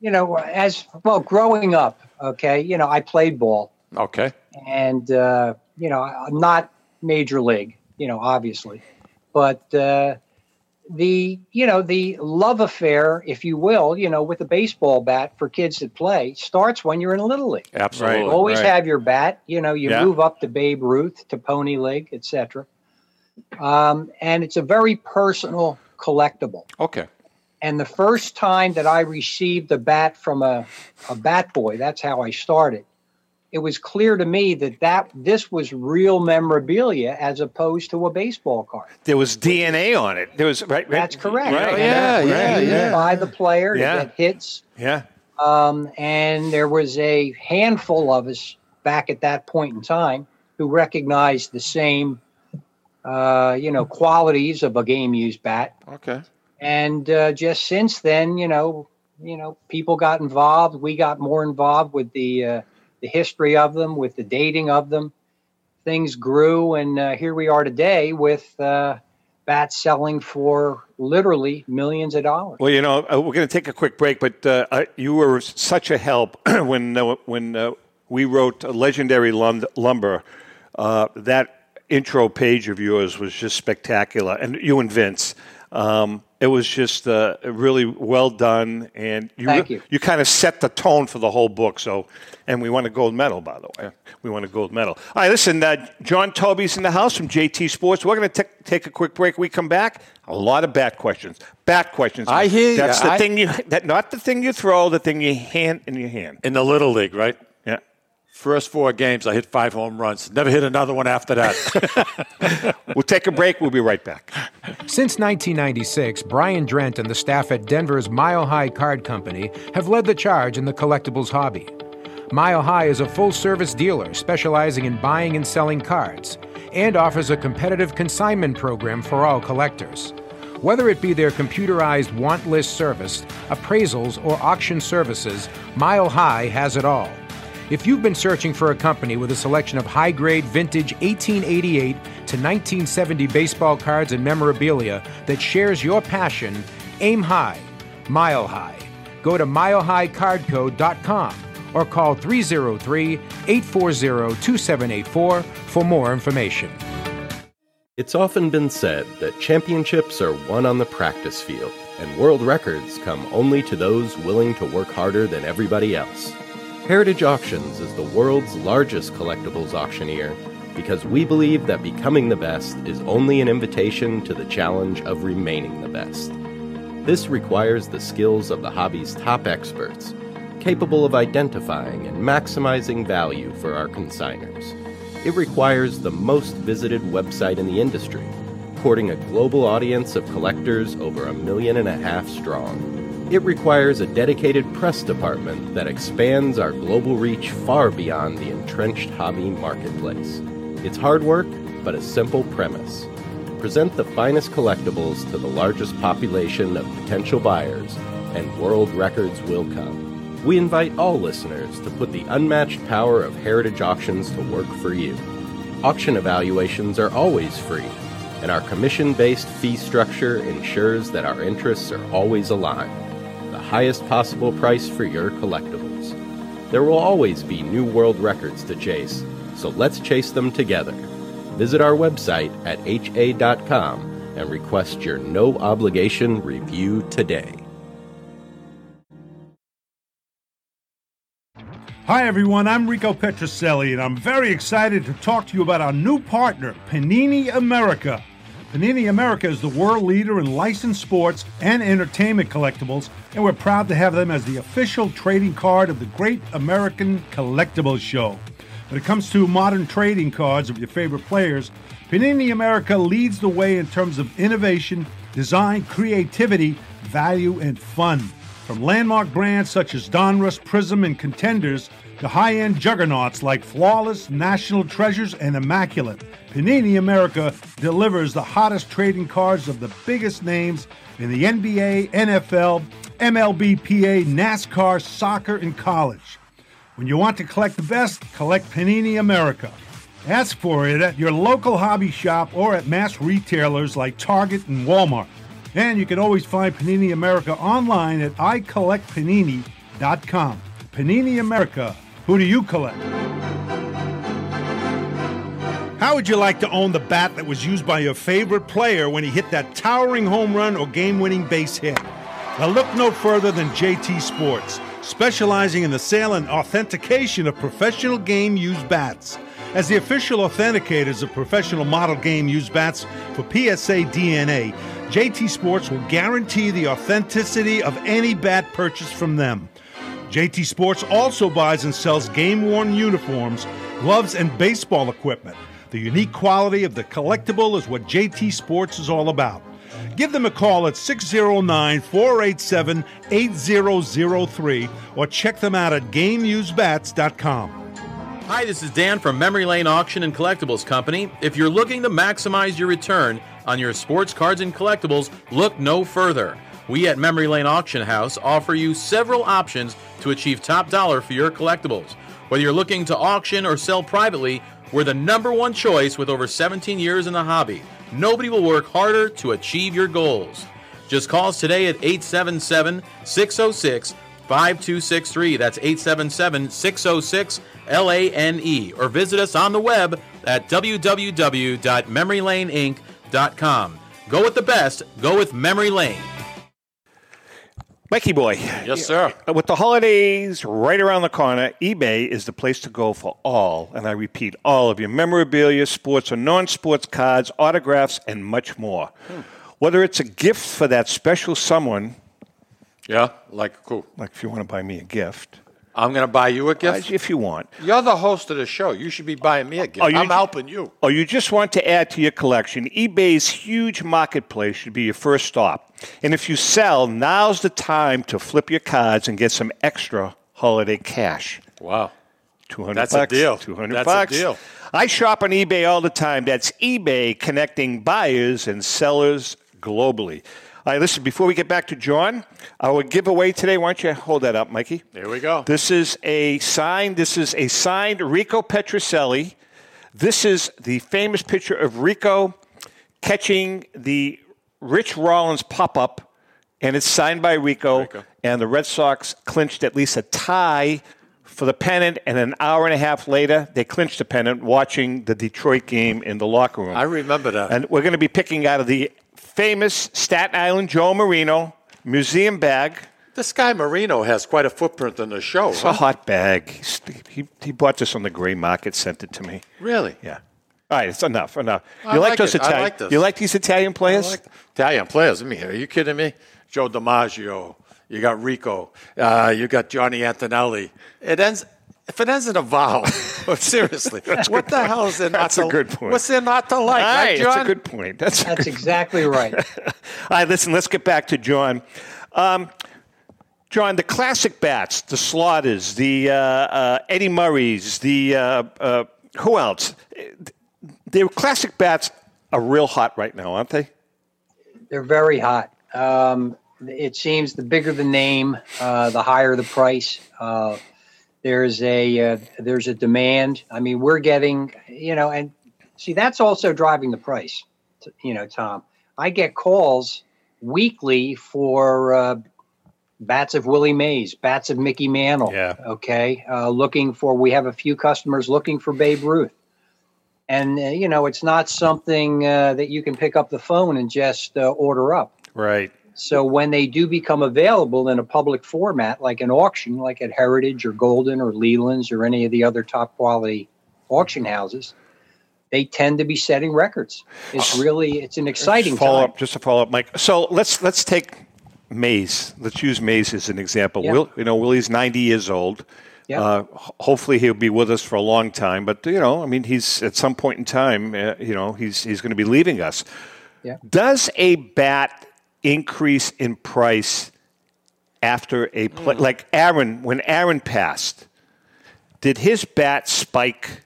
[SPEAKER 7] You know, as well, growing up, okay, you know, I played ball,
[SPEAKER 4] Okay.
[SPEAKER 7] and uh, you know, I'm not major league, you know, obviously, But uh, the you know the love affair, if you will, you know, with a baseball bat for kids that play starts when you're in little league.
[SPEAKER 3] Absolutely.
[SPEAKER 4] Right.
[SPEAKER 7] Always have your bat. You know, you
[SPEAKER 3] Yeah.
[SPEAKER 7] move up to Babe Ruth, to Pony League, etc. Um, and it's a very personal collectible.
[SPEAKER 4] Okay.
[SPEAKER 7] And the first time that I received a bat from a, a bat boy, that's how I started. It was clear to me that, that this was real memorabilia as opposed to a baseball card.
[SPEAKER 3] There was DNA on it. There was right. right-
[SPEAKER 7] That's correct.
[SPEAKER 3] Right.
[SPEAKER 7] And
[SPEAKER 4] yeah,
[SPEAKER 7] that was
[SPEAKER 4] yeah,
[SPEAKER 7] used
[SPEAKER 4] yeah.
[SPEAKER 7] By the player to
[SPEAKER 3] Yeah.
[SPEAKER 7] get hits.
[SPEAKER 3] Yeah.
[SPEAKER 7] Um, and there was a handful of us back at that point in time who recognized the same, uh, you know, qualities of a game used bat
[SPEAKER 4] Okay.
[SPEAKER 7] and uh, just since then, you know, you know, people got involved. We got more involved with the uh, the history of them, with the dating of them. Things grew, and uh, here we are today with uh, bats selling for literally millions of dollars.
[SPEAKER 3] Well, you know, uh, we're going to take a quick break, but uh, uh, you were such a help when uh, when uh, we wrote legendary Lum- lumber. Uh, that intro page of yours was just spectacular, and you and Vince. Um, it was just uh, really well done, and you
[SPEAKER 7] Thank you.
[SPEAKER 3] kind of set the tone for the whole book. So, and we won a gold medal, by the way. We won a gold medal. All right, listen, uh, John Toby's in the house from JT Sports. We're going to take a quick break. We come back. A lot of bat questions. Bat questions.
[SPEAKER 4] I hear
[SPEAKER 3] That's
[SPEAKER 4] ya.
[SPEAKER 3] the
[SPEAKER 4] I-
[SPEAKER 3] thing you that not the thing you throw, the thing you hand in your hand.
[SPEAKER 4] In the little league, right?
[SPEAKER 3] Yeah.
[SPEAKER 4] First four games, I hit five home runs. Never hit another one after that.
[SPEAKER 3] We'll take a break. We'll be right back.
[SPEAKER 9] Since 1996, Brian Drent and the staff at Denver's Mile High Card Company have led the charge in the collectibles hobby. Mile High is a full service dealer specializing in buying and selling cards and offers a competitive consignment program for all collectors. Whether it be their computerized want list service, appraisals, or auction services, Mile High has it all. If you've been searching for a company with a selection of high grade vintage 1888 to 1970 baseball cards and memorabilia that shares your passion, aim high, mile high. Go to milehighcardcode.com or call 303 840 2784 for more information.
[SPEAKER 10] It's often been said that championships are won on the practice field, and world records come only to those willing to work harder than everybody else. Heritage Auctions is the world's largest collectibles auctioneer because we believe that becoming the best is only an invitation to the challenge of remaining the best. This requires the skills of the hobby's top experts, capable of identifying and maximizing value for our consigners. It requires the most visited website in the industry, courting a global audience of collectors over a million and a half strong. It requires a dedicated press department that expands our global reach far beyond the entrenched hobby marketplace. It's hard work, but a simple premise present the finest collectibles to the largest population of potential buyers, and world records will come. We invite all listeners to put the unmatched power of heritage auctions to work for you. Auction evaluations are always free, and our commission based fee structure ensures that our interests are always aligned. The highest possible price for your collectibles. There will always be new world records to chase, so let's chase them together. Visit our website at ha.com and request your no obligation review today.
[SPEAKER 8] Hi, everyone. I'm Rico Petroselli, and I'm very excited to talk to you about our new partner, Panini America. Panini America is the world leader in licensed sports and entertainment collectibles, and we're proud to have them as the official trading card of the Great American Collectibles Show. When it comes to modern trading cards of your favorite players, Panini America leads the way in terms of innovation, design, creativity, value, and fun. From landmark brands such as Donruss, Prism, and Contenders to high end juggernauts like Flawless, National Treasures, and Immaculate, Panini America delivers the hottest trading cards of the biggest names in the NBA, NFL, MLBPA, NASCAR, soccer, and college. When you want to collect the best, collect Panini America. Ask for it at your local hobby shop or at mass retailers like Target and Walmart. And you can always find Panini America online at icollectpanini.com. Panini America, who do you collect? How would you like to own the bat that was used by your favorite player when he hit that towering home run or game winning base hit? Now look no further than JT Sports, specializing in the sale and authentication of professional game used bats. As the official authenticators of professional model game used bats for PSA DNA, JT Sports will guarantee the authenticity of any bat purchased from them. JT Sports also buys and sells game worn uniforms, gloves, and baseball equipment. The unique quality of the collectible is what JT Sports is all about. Give them a call at 609 487 8003 or check them out at GameUseBats.com.
[SPEAKER 11] Hi, this is Dan from Memory Lane Auction and Collectibles Company. If you're looking to maximize your return on your sports cards and collectibles, look no further. We at Memory Lane Auction House offer you several options to achieve top dollar for your collectibles. Whether you're looking to auction or sell privately, we're the number one choice with over 17 years in the hobby. Nobody will work harder to achieve your goals. Just call us today at 877 606 5263. That's 877 606 LANE. E. Or visit us on the web at www.memorylaneinc.com. Go with the best, go with Memory Lane.
[SPEAKER 3] Mikey boy. Uh,
[SPEAKER 4] Yes, sir.
[SPEAKER 3] With the holidays right around the corner, eBay is the place to go for all, and I repeat, all of your memorabilia, sports or non sports cards, autographs, and much more. Whether it's a gift for that special someone,
[SPEAKER 4] yeah, like cool.
[SPEAKER 3] Like if you want to buy me a gift,
[SPEAKER 4] I'm going to buy you a gift
[SPEAKER 3] if you want.
[SPEAKER 4] You're the host of the show. You should be buying me a gift.
[SPEAKER 3] Oh, you-
[SPEAKER 4] I'm helping you.
[SPEAKER 3] or you just want to add to your collection, eBay's huge marketplace should be your first stop. And if you sell, now's the time to flip your cards and get some extra holiday cash.
[SPEAKER 4] Wow.
[SPEAKER 3] 200
[SPEAKER 4] That's a
[SPEAKER 3] bucks,
[SPEAKER 4] deal.
[SPEAKER 3] 200
[SPEAKER 4] That's a
[SPEAKER 3] bucks.
[SPEAKER 4] deal.
[SPEAKER 3] I shop on eBay all the time. That's eBay connecting buyers and sellers globally. All right, listen, before we get back to John, our giveaway today, why don't you hold that up, Mikey?
[SPEAKER 4] There we go.
[SPEAKER 3] This is a sign. This is a signed Rico Petroselli. This is the famous picture of Rico catching the Rich Rollins pop up, and it's signed by Rico. And the Red Sox clinched at least a tie for the pennant. And an hour and a half later, they clinched the pennant watching the Detroit game in the locker room.
[SPEAKER 4] I remember that.
[SPEAKER 3] And we're going to be picking out of the famous Staten Island Joe Oh, Marino museum bag.
[SPEAKER 4] This guy Marino has quite a footprint in the show.
[SPEAKER 3] It's
[SPEAKER 4] huh?
[SPEAKER 3] a hot bag. He's- He, he bought this on the gray market, sent it to me.
[SPEAKER 4] Really?
[SPEAKER 3] Yeah. All right, it's enough. Enough. You
[SPEAKER 4] I
[SPEAKER 3] like,
[SPEAKER 4] like
[SPEAKER 3] those
[SPEAKER 4] it. I
[SPEAKER 3] Italian?
[SPEAKER 4] like this.
[SPEAKER 3] You like these Italian players?
[SPEAKER 4] I like the Italian players. I mean, are you kidding me? Joe DiMaggio. You got Rico. Uh, you got Johnny Antonelli. It ends. If it ends in a vowel, oh, seriously, what the hell is there not
[SPEAKER 3] That's
[SPEAKER 4] to,
[SPEAKER 3] a good point.
[SPEAKER 4] What's there not to like?
[SPEAKER 3] All
[SPEAKER 4] right,
[SPEAKER 3] right, that's
[SPEAKER 4] John?
[SPEAKER 3] a good point. That's, a
[SPEAKER 7] That's
[SPEAKER 3] good-
[SPEAKER 7] exactly right.
[SPEAKER 3] All right, listen, let's get back to John. Um, John, the classic bats, the Slaughters, the uh, uh, Eddie Murrays, the uh, uh, who else? The classic bats are real hot right now, aren't they?
[SPEAKER 7] They're very hot. Um, it seems the bigger the name, uh, the higher the price. Uh, there's a uh, there's a demand. I mean, we're getting you know, and see that's also driving the price. t- You know, Tom, I get calls weekly for uh, bats of Willie Mays, bats of Mickey Mantle.
[SPEAKER 3] Yeah.
[SPEAKER 7] Okay, uh, looking for we have a few customers looking for Babe Ruth and uh, you know it's not something uh, that you can pick up the phone and just uh, order up
[SPEAKER 3] Right.
[SPEAKER 7] so when they do become available in a public format like an auction like at heritage or golden or leland's or any of the other top quality auction houses they tend to be setting records it's really it's an exciting
[SPEAKER 3] follow
[SPEAKER 7] time
[SPEAKER 3] up just to follow up mike so let's let's take mays let's use mays as an example
[SPEAKER 7] Yeah.
[SPEAKER 3] will you know willie's 90 years old
[SPEAKER 7] Yeah.
[SPEAKER 3] uh, ho- hopefully he'll be with us for a long time but you know i mean he's at some point in time uh, you know he's he's going to be leaving us
[SPEAKER 7] Yeah.
[SPEAKER 3] does a bat increase in price after a play
[SPEAKER 4] Hmm.
[SPEAKER 3] like aaron when aaron passed did his bat spike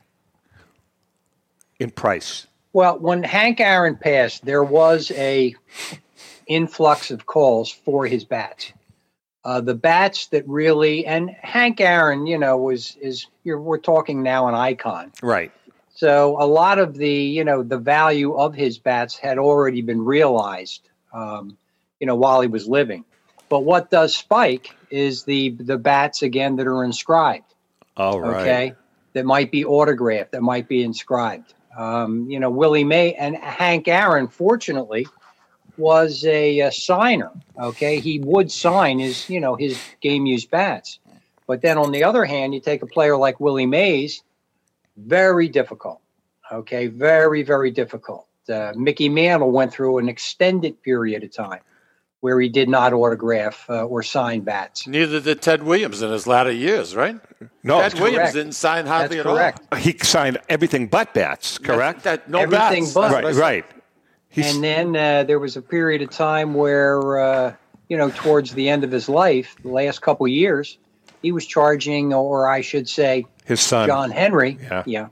[SPEAKER 3] in price
[SPEAKER 7] well when hank aaron passed there was a influx of calls for his bats uh, the bats that really and Hank Aaron, you know, was is you're, we're talking now an icon.
[SPEAKER 3] right
[SPEAKER 7] So a lot of the you know the value of his bats had already been realized, um, you know, while he was living. But what does spike is the the bats again that are inscribed.
[SPEAKER 3] all right
[SPEAKER 7] Okay, that might be autographed, that might be inscribed. Um, you know, Willie May and Hank Aaron, fortunately, was a, uh signer. Okay, he would sign his you know his game used bats, but then on the other hand, you take a player like Willie Mays, very difficult. Okay, very very difficult. Uh, Mickey Mantle went through an extended period of time where he did not autograph uh, or sign bats.
[SPEAKER 4] Neither did Ted Williams in his latter years, right?
[SPEAKER 3] No,
[SPEAKER 4] Ted
[SPEAKER 3] that's
[SPEAKER 4] Williams
[SPEAKER 3] correct.
[SPEAKER 4] didn't sign hardly
[SPEAKER 7] That's
[SPEAKER 4] at all.
[SPEAKER 7] correct.
[SPEAKER 3] He signed everything but bats, correct?
[SPEAKER 4] That- no
[SPEAKER 7] Everything
[SPEAKER 4] bats.
[SPEAKER 7] but.
[SPEAKER 4] That's what I
[SPEAKER 3] right,
[SPEAKER 4] said.
[SPEAKER 3] right. He's-
[SPEAKER 7] and then uh, there was a period of time where, uh, you know, towards the end of his life, the last couple of years, he was charging, or I should say,
[SPEAKER 3] His son.
[SPEAKER 7] John Henry,
[SPEAKER 3] Yeah.
[SPEAKER 7] yeah,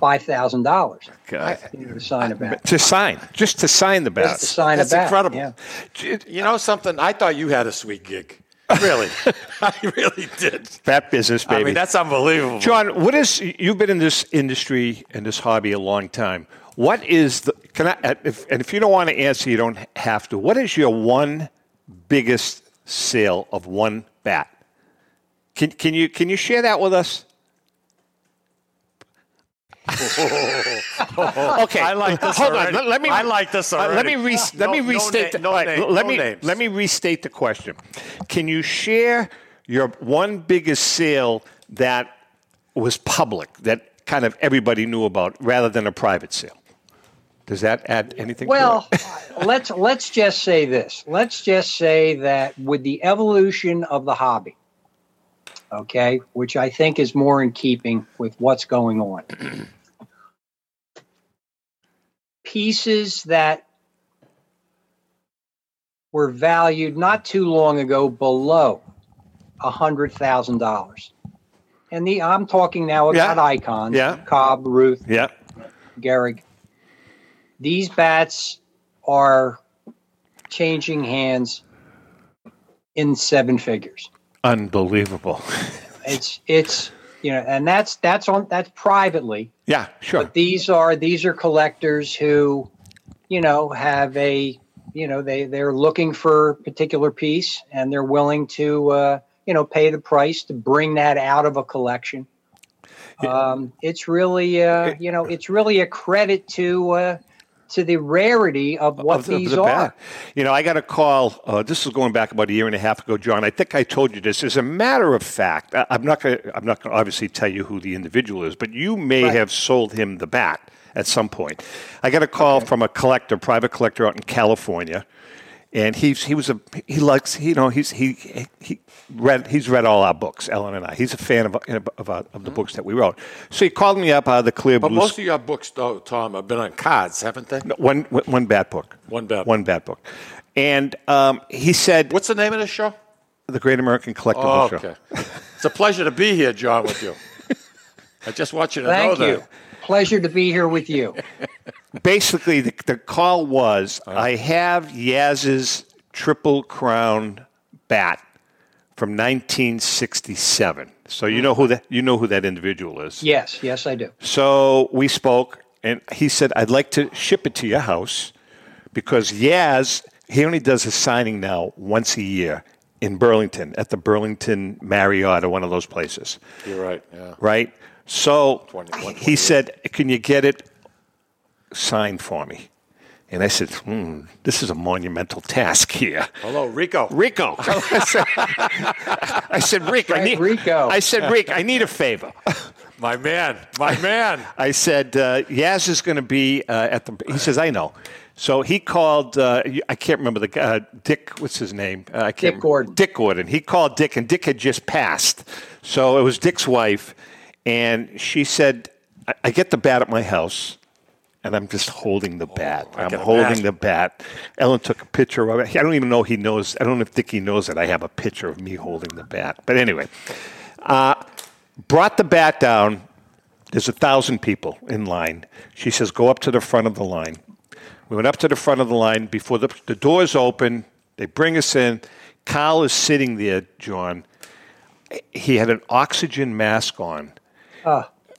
[SPEAKER 7] five thousand dollars
[SPEAKER 3] God.
[SPEAKER 7] to sign a bat.
[SPEAKER 3] To sign, just to sign the
[SPEAKER 7] Just
[SPEAKER 3] bats.
[SPEAKER 7] to sign
[SPEAKER 4] That's
[SPEAKER 7] a bat.
[SPEAKER 4] incredible.
[SPEAKER 7] yeah.
[SPEAKER 4] You know something? I thought you had a sweet gig. Really, I really did.
[SPEAKER 3] Bat business, baby.
[SPEAKER 4] I mean, that's unbelievable.
[SPEAKER 3] John, what is you've been in this industry and this hobby a long time? What is the can I? If, and if you don't want to answer, you don't have to. What is your one biggest sale of one bat? Can can you can you share that with us? okay,
[SPEAKER 4] Oh, I like this
[SPEAKER 3] Hold on.
[SPEAKER 4] already.
[SPEAKER 3] Let, let me.
[SPEAKER 4] I like this
[SPEAKER 3] uh, let
[SPEAKER 4] already.
[SPEAKER 3] me re- let
[SPEAKER 4] No-
[SPEAKER 3] me
[SPEAKER 4] no
[SPEAKER 3] restate.
[SPEAKER 4] na-
[SPEAKER 3] the,
[SPEAKER 4] no
[SPEAKER 3] all right,
[SPEAKER 4] name-
[SPEAKER 3] let
[SPEAKER 4] no
[SPEAKER 3] me
[SPEAKER 4] names.
[SPEAKER 3] let me restate the question. Can you share your one biggest sale that was public that kind of everybody knew about, rather than a private sale? Does that add anything?
[SPEAKER 7] Well,
[SPEAKER 3] to it?
[SPEAKER 7] let's let's just say this. Let's just say that with the evolution of the hobby, okay, which I think is more in keeping with what's going on, pieces that were valued not too long ago below a hundred thousand dollars. And the I'm talking now about
[SPEAKER 3] Yeah.
[SPEAKER 7] icons,
[SPEAKER 3] Yeah.
[SPEAKER 7] Cobb, Ruth,
[SPEAKER 3] yeah,
[SPEAKER 7] Gehrig. These bats are changing hands in seven figures.
[SPEAKER 3] unbelievable.
[SPEAKER 7] It's it's you know, and that's that's on that's privately.
[SPEAKER 3] Yeah, sure.
[SPEAKER 7] These are these are collectors who, you know, have a you know they they're looking for a particular piece and they're willing to uh, you know pay the price to bring that out of a collection. Um, it's really uh, you know it's really a credit to uh, to the rarity of what
[SPEAKER 3] of the- of
[SPEAKER 7] these
[SPEAKER 3] the
[SPEAKER 7] are.
[SPEAKER 3] bat. You know, I got a call. Uh, this was going back about a year and a half ago, John. I think I told you this. As a matter of fact, I, I'm not going. I'm not going to obviously tell you who the individual is, but you may have sold him the bat at some point. I got a call from a collector, private collector out in California. And he's he was a he likes he, you know he's he he read he's read all our books Ellen and I he's a fan of of, of, our-
[SPEAKER 7] Hmm.
[SPEAKER 3] of the books that we wrote so he called me up out of the clear
[SPEAKER 4] But
[SPEAKER 3] blue
[SPEAKER 4] most of your books, though, Tom, have been on cards, haven't they?
[SPEAKER 3] one one bad book
[SPEAKER 4] One bad.
[SPEAKER 3] one bad book and um, he said
[SPEAKER 4] What's the name of the show?
[SPEAKER 3] The Great American Collectible
[SPEAKER 4] Oh,
[SPEAKER 3] Show.
[SPEAKER 4] okay. it's a pleasure to be here, John, with you. I just want you to
[SPEAKER 7] Thank
[SPEAKER 4] know
[SPEAKER 7] you.
[SPEAKER 4] that.
[SPEAKER 7] Pleasure to be here with you.
[SPEAKER 3] Basically, the, the call was I have Yaz's Triple Crown bat from 1967. So you know
[SPEAKER 4] Mm-hmm.
[SPEAKER 3] who that you know who that individual is.
[SPEAKER 7] Yes, yes, I do.
[SPEAKER 3] So we spoke, and he said, I'd like to ship it to your house because Yaz, he only does his signing now once a year in Burlington at the Burlington Marriott or one of those places,
[SPEAKER 4] You're right. Yeah.
[SPEAKER 3] right? So
[SPEAKER 4] 20
[SPEAKER 3] he said, Can you get it signed for me? And I said, hmm, this is a monumental task here.
[SPEAKER 4] Hello, Rico.
[SPEAKER 3] Rico. I said, I said, Rick, I
[SPEAKER 7] Frank
[SPEAKER 3] need,
[SPEAKER 7] Rico.
[SPEAKER 3] I said, Rick, I need a favor.
[SPEAKER 4] My man. My man.
[SPEAKER 3] I said, uh, Yaz is going to be uh, at the. He says, I know. So he called. Uh, I can't remember the guy. Uh, Dick. What's his name? Uh, I can't
[SPEAKER 7] Dick Gordon.
[SPEAKER 3] Dick Gordon. He called Dick, and Dick had just passed. So it was Dick's wife, and she said, "I, I get the bat at my house." And I'm just holding
[SPEAKER 4] Oh,
[SPEAKER 3] the bat. I'm
[SPEAKER 4] can
[SPEAKER 3] holding
[SPEAKER 4] imagine.
[SPEAKER 3] the bat. Ellen took a picture of it. I don't even know he knows. I don't know if Dickie knows that I have a picture of me holding the bat. But anyway, uh, brought the bat down. There's a thousand people in line. She says, go up to the front of the line. We went up to the front of the line before the, the doors open. They bring us in. Kyle is sitting there, John. He had an oxygen mask on.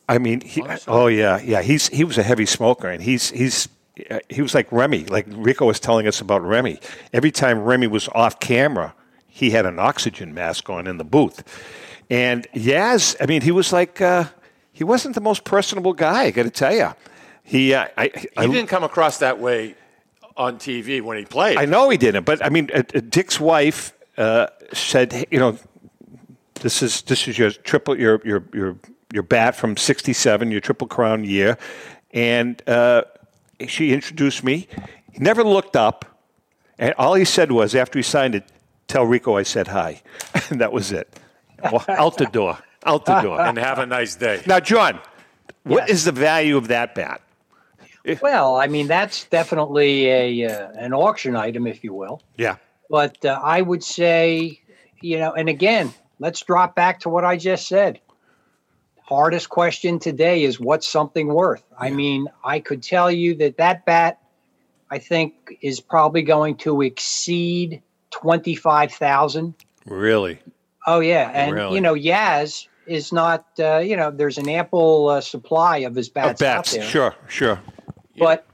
[SPEAKER 3] I mean, he, oh yeah, yeah. He's he was a heavy smoker, and he's he's uh, he was like Remy, like Rico was telling us about Remy. Every time Remy was off camera, he had an oxygen mask on in the booth, and Yaz, I mean, he was like uh, he wasn't the most personable guy. I got to tell you, He, uh, I, I,
[SPEAKER 4] He didn't come across that way on TV when he played.
[SPEAKER 3] I know he didn't, but I mean, uh, uh, Dick's wife uh, said, hey, you know, this is this is your triple your your your your bat from '67, your triple crown year, and uh, she introduced me. He never looked up, and all he said was after he signed it, "Tell Rico I said hi," and that was it. Well, out the door, out the door,
[SPEAKER 4] and have a nice day.
[SPEAKER 3] Now, John, what is the value of that bat?
[SPEAKER 7] Well, I mean, that's definitely a uh, an auction item, if you will.
[SPEAKER 3] Yeah.
[SPEAKER 7] But uh, I would say, you know, and again, let's drop back to what I just said. Hardest question today is what's something worth? I mean, I could tell you that that bat, I think, is probably going to exceed 25,000.
[SPEAKER 3] Really?
[SPEAKER 7] Oh, yeah. And,
[SPEAKER 3] Really?
[SPEAKER 7] you know, Yaz is not, uh, you know, there's an ample uh, supply of his bats,
[SPEAKER 3] Of bats,
[SPEAKER 7] out there.
[SPEAKER 3] sure, sure.
[SPEAKER 7] But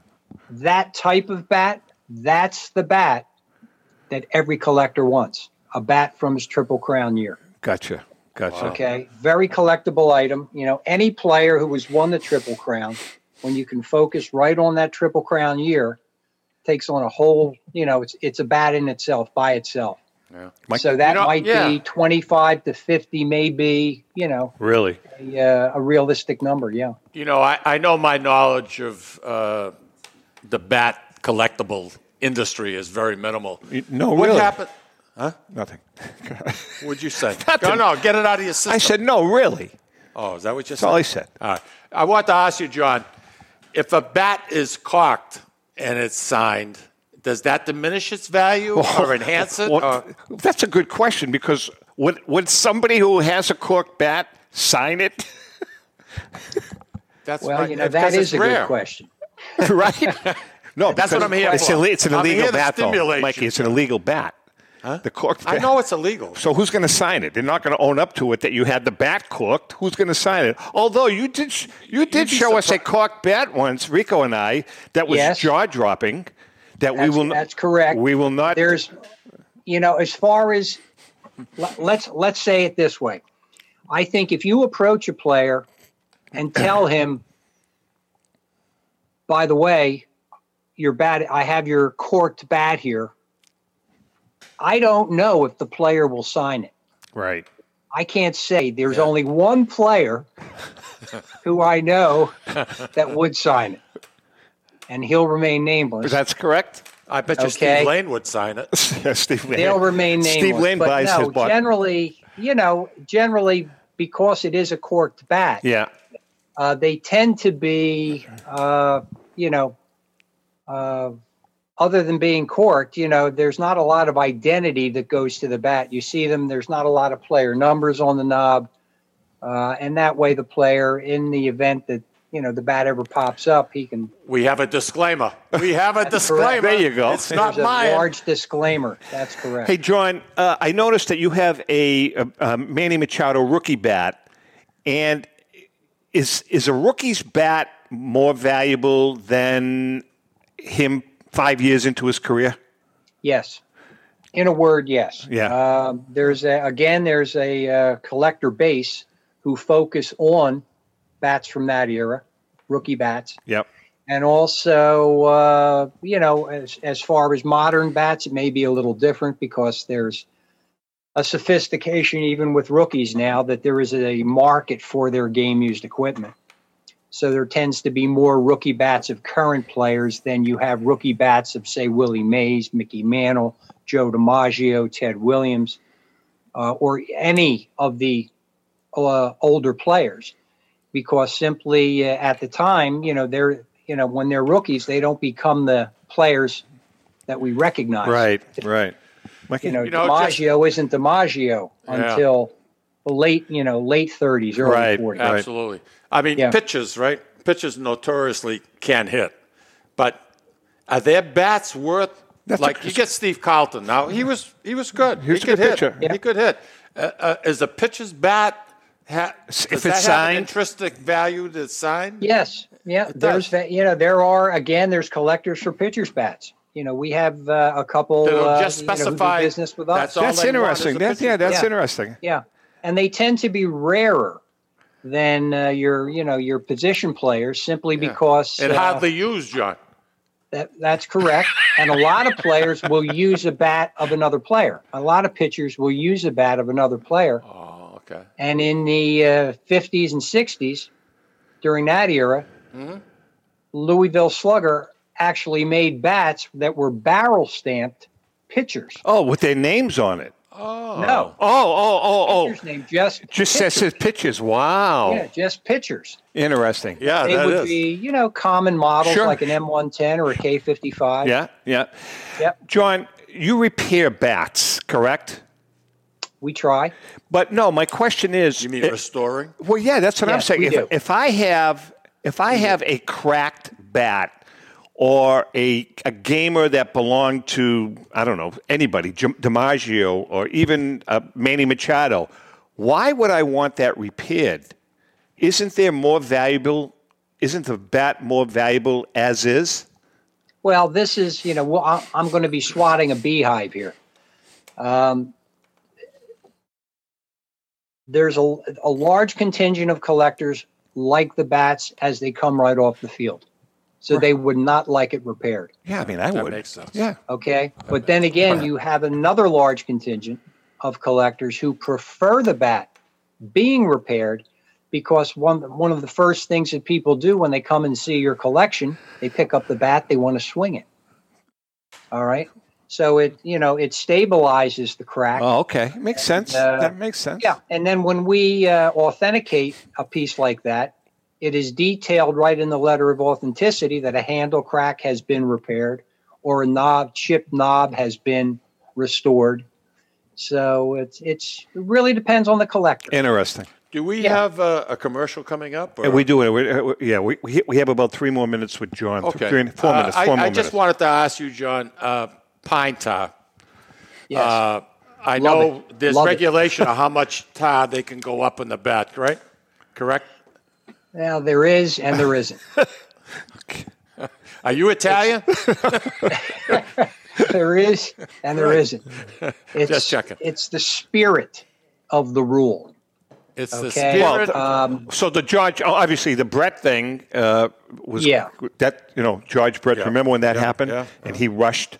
[SPEAKER 7] that type of bat, that's the bat that every collector wants. A bat from his Triple Crown year.
[SPEAKER 3] Gotcha, gotcha.
[SPEAKER 7] Okay. Very collectible item. You know, any player who has won the Triple Crown, when you can focus right on that Triple Crown year, takes on a whole, you know, it's it's a bat in itself by itself.
[SPEAKER 3] Yeah.
[SPEAKER 7] so
[SPEAKER 4] You
[SPEAKER 7] that
[SPEAKER 4] know,
[SPEAKER 7] might
[SPEAKER 4] yeah.
[SPEAKER 7] be 25 to 50 maybe, you know,
[SPEAKER 3] Really?
[SPEAKER 7] a, uh, a realistic number, yeah.
[SPEAKER 4] You know, I, I know my knowledge of uh, the bat collectible industry is very minimal.
[SPEAKER 3] no,
[SPEAKER 4] what
[SPEAKER 3] really.
[SPEAKER 4] happened?
[SPEAKER 3] Huh? Nothing.
[SPEAKER 4] What'd you say?
[SPEAKER 3] Nothing.
[SPEAKER 4] No, no, get it out of your system.
[SPEAKER 3] I said no, really.
[SPEAKER 4] Oh, is that what you
[SPEAKER 3] That's
[SPEAKER 4] said?
[SPEAKER 3] all I said.
[SPEAKER 4] All right. I want to ask you, John, if a bat is cocked and it's signed, does that diminish its value or enhance it?
[SPEAKER 3] Well,
[SPEAKER 4] or-
[SPEAKER 3] That's a good question because would would somebody who has a cork bat sign it?
[SPEAKER 4] that's
[SPEAKER 7] Well,
[SPEAKER 4] my-
[SPEAKER 7] you know,
[SPEAKER 4] because
[SPEAKER 7] that
[SPEAKER 4] it's
[SPEAKER 7] is a
[SPEAKER 4] rare.
[SPEAKER 7] good question.
[SPEAKER 3] right? No,
[SPEAKER 4] That's what
[SPEAKER 3] because
[SPEAKER 4] I'm here
[SPEAKER 3] it's
[SPEAKER 4] for.
[SPEAKER 3] ille- it's an
[SPEAKER 4] I'm
[SPEAKER 3] illegal
[SPEAKER 4] here to
[SPEAKER 3] bat, though,
[SPEAKER 4] stimulate
[SPEAKER 3] Mikey.
[SPEAKER 4] you.
[SPEAKER 3] It's an illegal bat. The cork.
[SPEAKER 4] I
[SPEAKER 3] bat.
[SPEAKER 4] know it's illegal.
[SPEAKER 3] So who's going to sign it? They're not going to own up to it that you had the bat corked. Who's going to sign it? Although you did, sh- you did
[SPEAKER 7] be
[SPEAKER 3] show us a corked bat once, Rico and I. That was
[SPEAKER 7] Yes.
[SPEAKER 3] jaw dropping. That we
[SPEAKER 7] That's-
[SPEAKER 3] will.
[SPEAKER 7] that's correct.
[SPEAKER 3] We will not.
[SPEAKER 7] There's, you know, as far as le- let's let's say it this way, I think if you approach a player and tell him, by the way, your bat, I have your corked bat here. I don't know if the player will sign it.
[SPEAKER 3] right.
[SPEAKER 7] I can't say. There's only one player who I know that would sign it, and he'll remain nameless.
[SPEAKER 3] That's correct.
[SPEAKER 4] I bet you
[SPEAKER 7] Okay.
[SPEAKER 4] Steve Lane would sign it.
[SPEAKER 3] Steve Lane.
[SPEAKER 7] They'll remain nameless.
[SPEAKER 3] Steve Lane
[SPEAKER 7] but
[SPEAKER 3] buys
[SPEAKER 7] no,
[SPEAKER 3] his box.
[SPEAKER 7] Generally, you know, generally because it is a corked bat,
[SPEAKER 3] yeah.
[SPEAKER 7] uh, they tend to be, uh, you know, uh, other than being corked, you know, there's not a lot of identity that goes to the bat. You see them. There's not a lot of player numbers on the knob, uh, and that way, the player, in the event that you know the bat ever pops up, he can.
[SPEAKER 4] We have a disclaimer. We have a disclaimer.
[SPEAKER 3] There you go.
[SPEAKER 4] It's not
[SPEAKER 7] There's a
[SPEAKER 4] mine.
[SPEAKER 7] large disclaimer. That's correct.
[SPEAKER 3] Hey, John, uh, I noticed that you have a, a, a Manny Machado rookie bat, and is is a rookie's bat more valuable than him five years into his career?
[SPEAKER 7] Yes. In a word, yes.
[SPEAKER 3] Yeah.
[SPEAKER 7] Um, there's a, again, there's a uh, collector base who focus on bats from that era, rookie bats,
[SPEAKER 3] Yep.
[SPEAKER 7] and also uh, you know as as far as modern bats, it may be a little different because there's a sophistication even with rookies now that there is a market for their game used equipment. So there tends to be more rookie bats of current players than you have rookie bats of say Willie Mays, Mickey Mantle, Joe DiMaggio, Ted Williams, uh, or any of the uh, older players, because simply uh, at the time, you know, they're you know when they're rookies, they don't become the players that we recognize.
[SPEAKER 3] Right. Right. Mikey,
[SPEAKER 7] You know,
[SPEAKER 4] You know, just-
[SPEAKER 7] DiMaggio isn't DiMaggio
[SPEAKER 4] Yeah.
[SPEAKER 7] until the late you know late 30s, early
[SPEAKER 3] Right,
[SPEAKER 7] 40s.
[SPEAKER 3] right.
[SPEAKER 4] Absolutely. I mean,
[SPEAKER 7] Yeah.
[SPEAKER 4] pitchers, right? Pitchers notoriously can hit, but are their bats worth?
[SPEAKER 3] That's
[SPEAKER 4] like
[SPEAKER 3] a-
[SPEAKER 4] you get Steve Carlton now. He was he was good.
[SPEAKER 3] He was
[SPEAKER 4] he
[SPEAKER 3] a
[SPEAKER 4] could
[SPEAKER 3] good
[SPEAKER 4] hit.
[SPEAKER 3] pitcher.
[SPEAKER 4] He could hit. Uh, uh, is a pitcher's bat? Ha- does
[SPEAKER 3] it's
[SPEAKER 4] that have
[SPEAKER 3] signed-
[SPEAKER 4] an intrinsic value to sign?
[SPEAKER 7] Yes, yeah.
[SPEAKER 4] It
[SPEAKER 7] There's
[SPEAKER 4] does.
[SPEAKER 7] that. You know, there are again. There's collectors for pitchers' bats. You know, we have uh, a couple.
[SPEAKER 4] That'll
[SPEAKER 7] uh,
[SPEAKER 4] just
[SPEAKER 7] you know, who do
[SPEAKER 4] specify
[SPEAKER 7] business with us.
[SPEAKER 4] that's all
[SPEAKER 3] that's
[SPEAKER 4] they want is a
[SPEAKER 3] interesting. That's
[SPEAKER 4] pitcher.
[SPEAKER 3] yeah. That's
[SPEAKER 7] Yeah.
[SPEAKER 3] interesting.
[SPEAKER 7] Yeah, and they tend to be rarer than uh, your you know your position players simply because
[SPEAKER 4] It
[SPEAKER 7] uh,
[SPEAKER 4] hardly used, John.
[SPEAKER 7] that, that's correct. And a lot of players will use a bat of another player. A lot of pitchers will use a bat of another player.
[SPEAKER 4] Oh, okay.
[SPEAKER 7] And in the uh, 50s and 60s, during that era,
[SPEAKER 4] Mhm.
[SPEAKER 7] Louisville Slugger actually made bats that were barrel stamped pitchers.
[SPEAKER 3] Oh, with their names on it.
[SPEAKER 4] Oh.
[SPEAKER 7] No.
[SPEAKER 3] Oh, oh, oh, oh.
[SPEAKER 7] Pitcher's name, just
[SPEAKER 3] Just says his pictures. Wow.
[SPEAKER 7] Yeah, just pitchers.
[SPEAKER 3] Interesting. Yeah,
[SPEAKER 7] they would be, you know, common models
[SPEAKER 3] Sure.
[SPEAKER 7] like an M110 or a K55.
[SPEAKER 3] Yeah, yeah.
[SPEAKER 7] Yep.
[SPEAKER 3] John, you repair bats, correct?
[SPEAKER 7] We try.
[SPEAKER 3] But no, my question is You
[SPEAKER 4] mean restoring?
[SPEAKER 3] Well, yeah, that's what I'm
[SPEAKER 7] Yes,
[SPEAKER 3] saying.
[SPEAKER 7] we
[SPEAKER 3] If,
[SPEAKER 7] do.
[SPEAKER 3] if I have if I have a cracked bat or a a gamer that belonged to I don't know anybody, Jim- DiMaggio or even uh, Manny Machado, why would I want that repaired? Isn't there more valuable? Isn't the bat more valuable as is?
[SPEAKER 7] Well, this is, you know, well, I- I'm going to be swatting a beehive here. Um, there's a, a large contingent of collectors like the bats as they come right off the field. So they would not like it repaired.
[SPEAKER 3] Yeah, I mean, I
[SPEAKER 4] That
[SPEAKER 3] would.
[SPEAKER 4] makes sense.
[SPEAKER 3] Yeah.
[SPEAKER 7] Okay. But then again, you have another large contingent of collectors who prefer the bat being repaired because one one of the first things that people do when they come and see your collection, they pick up the bat, they want to swing it. All right. So it, you know, it stabilizes the crack.
[SPEAKER 3] Oh, okay. Makes sense.
[SPEAKER 7] Uh,
[SPEAKER 3] that makes sense.
[SPEAKER 7] Yeah, and then when we uh, authenticate a piece like that, it is detailed right in the letter of authenticity that a handle crack has been repaired or a knob chip knob has been restored. So it's it's it really depends on the collector.
[SPEAKER 3] Interesting.
[SPEAKER 4] Do we have uh, a commercial coming up? Or?
[SPEAKER 3] And we do it. We- uh, yeah, we, we we have about three more minutes with John. Th-
[SPEAKER 4] Okay.
[SPEAKER 3] three and- four
[SPEAKER 4] Uh,
[SPEAKER 3] minutes. Four
[SPEAKER 4] I,
[SPEAKER 3] more
[SPEAKER 4] I
[SPEAKER 3] minutes.
[SPEAKER 4] just wanted to ask you, John, uh, pine tar.
[SPEAKER 7] Yes.
[SPEAKER 4] Uh, I
[SPEAKER 7] Love
[SPEAKER 4] know
[SPEAKER 7] it.
[SPEAKER 4] there's
[SPEAKER 7] Love it.
[SPEAKER 4] regulation of how much tar they can go up in the bat, right? Correct?
[SPEAKER 7] Now there is and there isn't.
[SPEAKER 4] Are you Italian?
[SPEAKER 7] there is and there isn't. It's,
[SPEAKER 4] Just checking.
[SPEAKER 7] It's the spirit of the rule.
[SPEAKER 4] It's the
[SPEAKER 7] Okay.
[SPEAKER 4] spirit.
[SPEAKER 3] Well, th-
[SPEAKER 7] Um,
[SPEAKER 3] so the George, oh, obviously the Brett thing uh, was
[SPEAKER 7] Yeah.
[SPEAKER 3] that you know George Brett.
[SPEAKER 4] Yeah.
[SPEAKER 3] Remember when that happened?
[SPEAKER 4] yeah,
[SPEAKER 3] And he rushed.